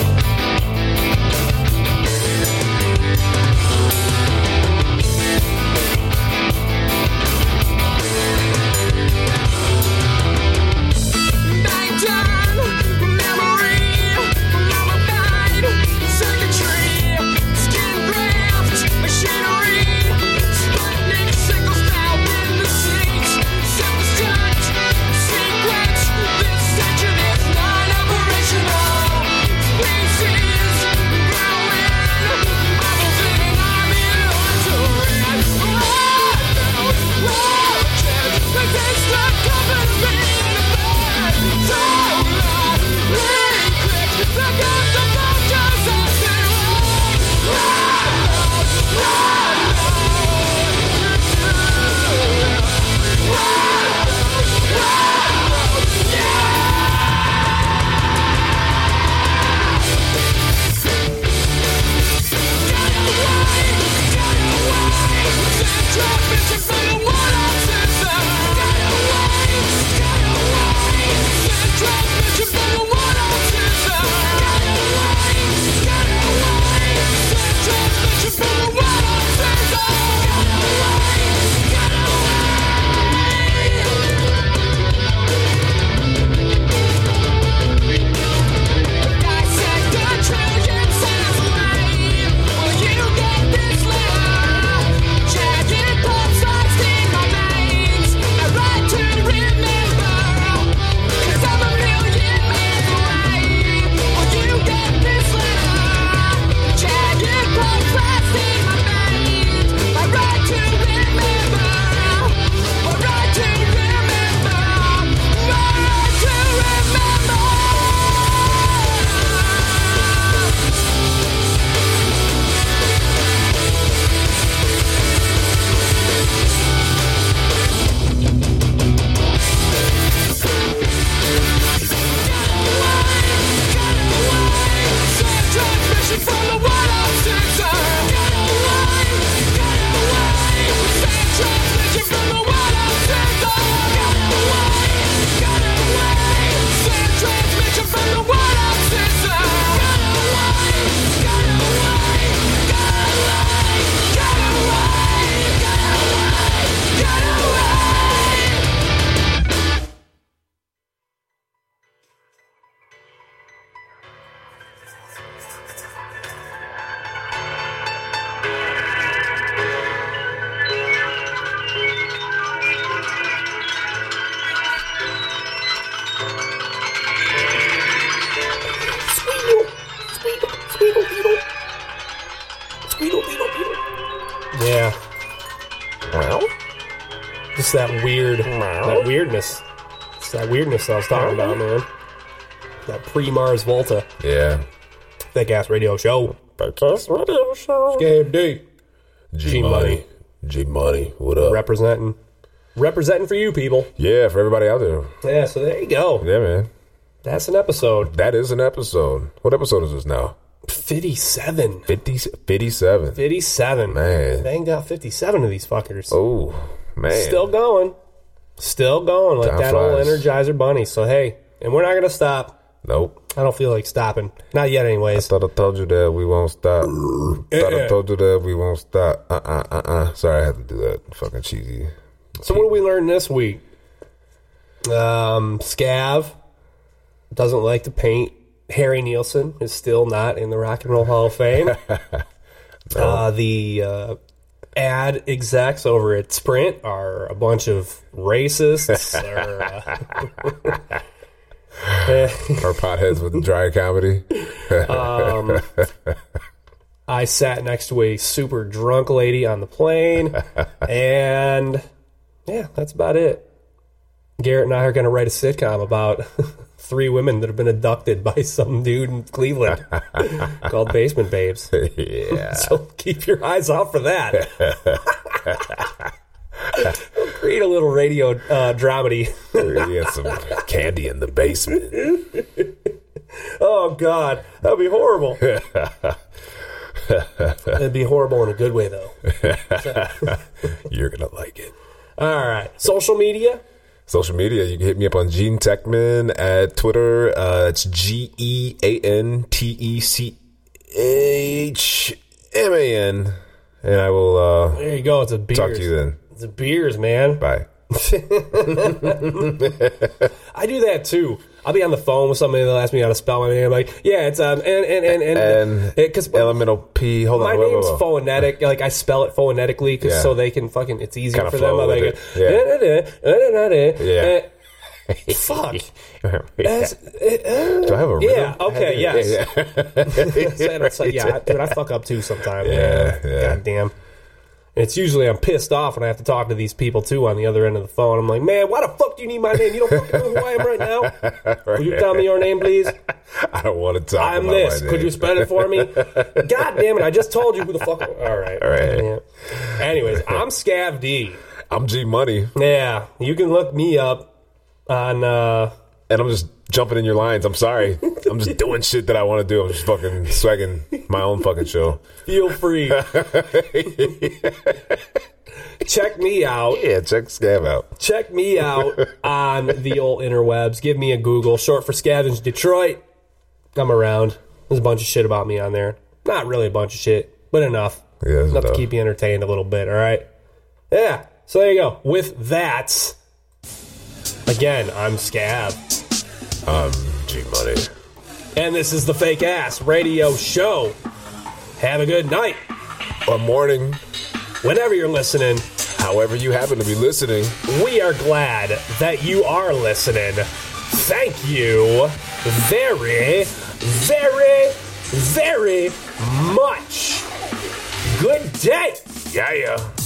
Yeah. Well, Just that weird, that weirdness. It's that weirdness I was talking about, man. That pre Mars Volta, yeah. thick ass radio show. Podcast radio show. Scam D. G money. G money. What up? Representing. Representing for you people. Yeah, for everybody out there. Yeah, so there you go. Yeah, man. That's an episode. That is an episode. What episode is this now? 57. 50, 57. 57. Man. Banged out 57 of these fuckers. Oh, man. Still going. Still going like Time that old flies. Energizer bunny. So, hey, and we're not gonna stop. Nope. I don't feel like stopping. Not yet, anyways. Thought I told you that we won't stop. Thought I told you that we won't stop. Uh uh uh uh. Sorry, I had to do that. Fucking cheesy. So what do we learn this week? Um, Scav doesn't like to paint. Harry Nielsen is still not in the Rock and Roll Hall of Fame. uh, the uh, ad execs over at Sprint are a bunch of racists. or, uh, Our potheads with dry comedy. Um, I sat next to a super drunk lady on the plane, and yeah, that's about it. Garrett and I are going to write a sitcom about three women that have been abducted by some dude in Cleveland called Basement Babes. yeah. so keep your eyes out for that. Create a little radio uh, dramedy. yeah, some candy in the basement. Oh God, that'd be horrible. It'd be horrible in a good way though. You're gonna like it. All right, social media. Social media, you can hit me up on Gene Techman at Twitter. Uh, it's G E A N T E C H M A N, and I will uh, There you go. It's a beers. talk to you then. It's a beers, man. Bye. I do that too. I'll be on the phone with somebody. They'll ask me how to spell my name. I'm like, yeah, it's um, and and and and And because elemental P. Hold my on. whoa, whoa, name's whoa. phonetic. Like I spell it phonetically, 'cause- Yeah. so they can fucking. It's easier Kinda for them. flow I'm with like, it. Yeah. yeah. Yeah. fuck. That's- Do I have a rhythm? Yeah. Okay. Yeah, Yes. yeah. Said it's like, yeah, I- dude, I fuck up too sometimes. Yeah, man. yeah. God damn. And it's usually I'm pissed off when I have to talk to these people too on the other end of the phone. I'm like, man, why the fuck do you need my name? You don't fucking know who I am right now. Could you tell me your name, please? I don't want to talk. I'm about this. my Could name. you spell it for me? God damn it! I just told you who the fuck. All right. All right. Anyways, I'm Scav D. I'm G Money, Yeah, you can look me up on. uh and I'm just jumping in your lines. I'm sorry. I'm just doing shit that I want to do. I'm just fucking swagging my own fucking show. Feel free. Check me out. Yeah, check Scam out. check me out on the old interwebs. Give me a Google, short for Scavenge Detroit. I'm around. There's a bunch of shit about me on there. Not really a bunch of shit, but enough. Yeah, that's enough to enough. keep you entertained a little bit, all right? Yeah. So there you go. With that, again, I'm Scab. I'm G Money. And this is the Fake Ass Radio Show. Have a good night. Or morning, Whenever you're listening, however you happen to be listening. we are glad that you are listening. Thank you very, very, very much. Good day. Yeah, yeah.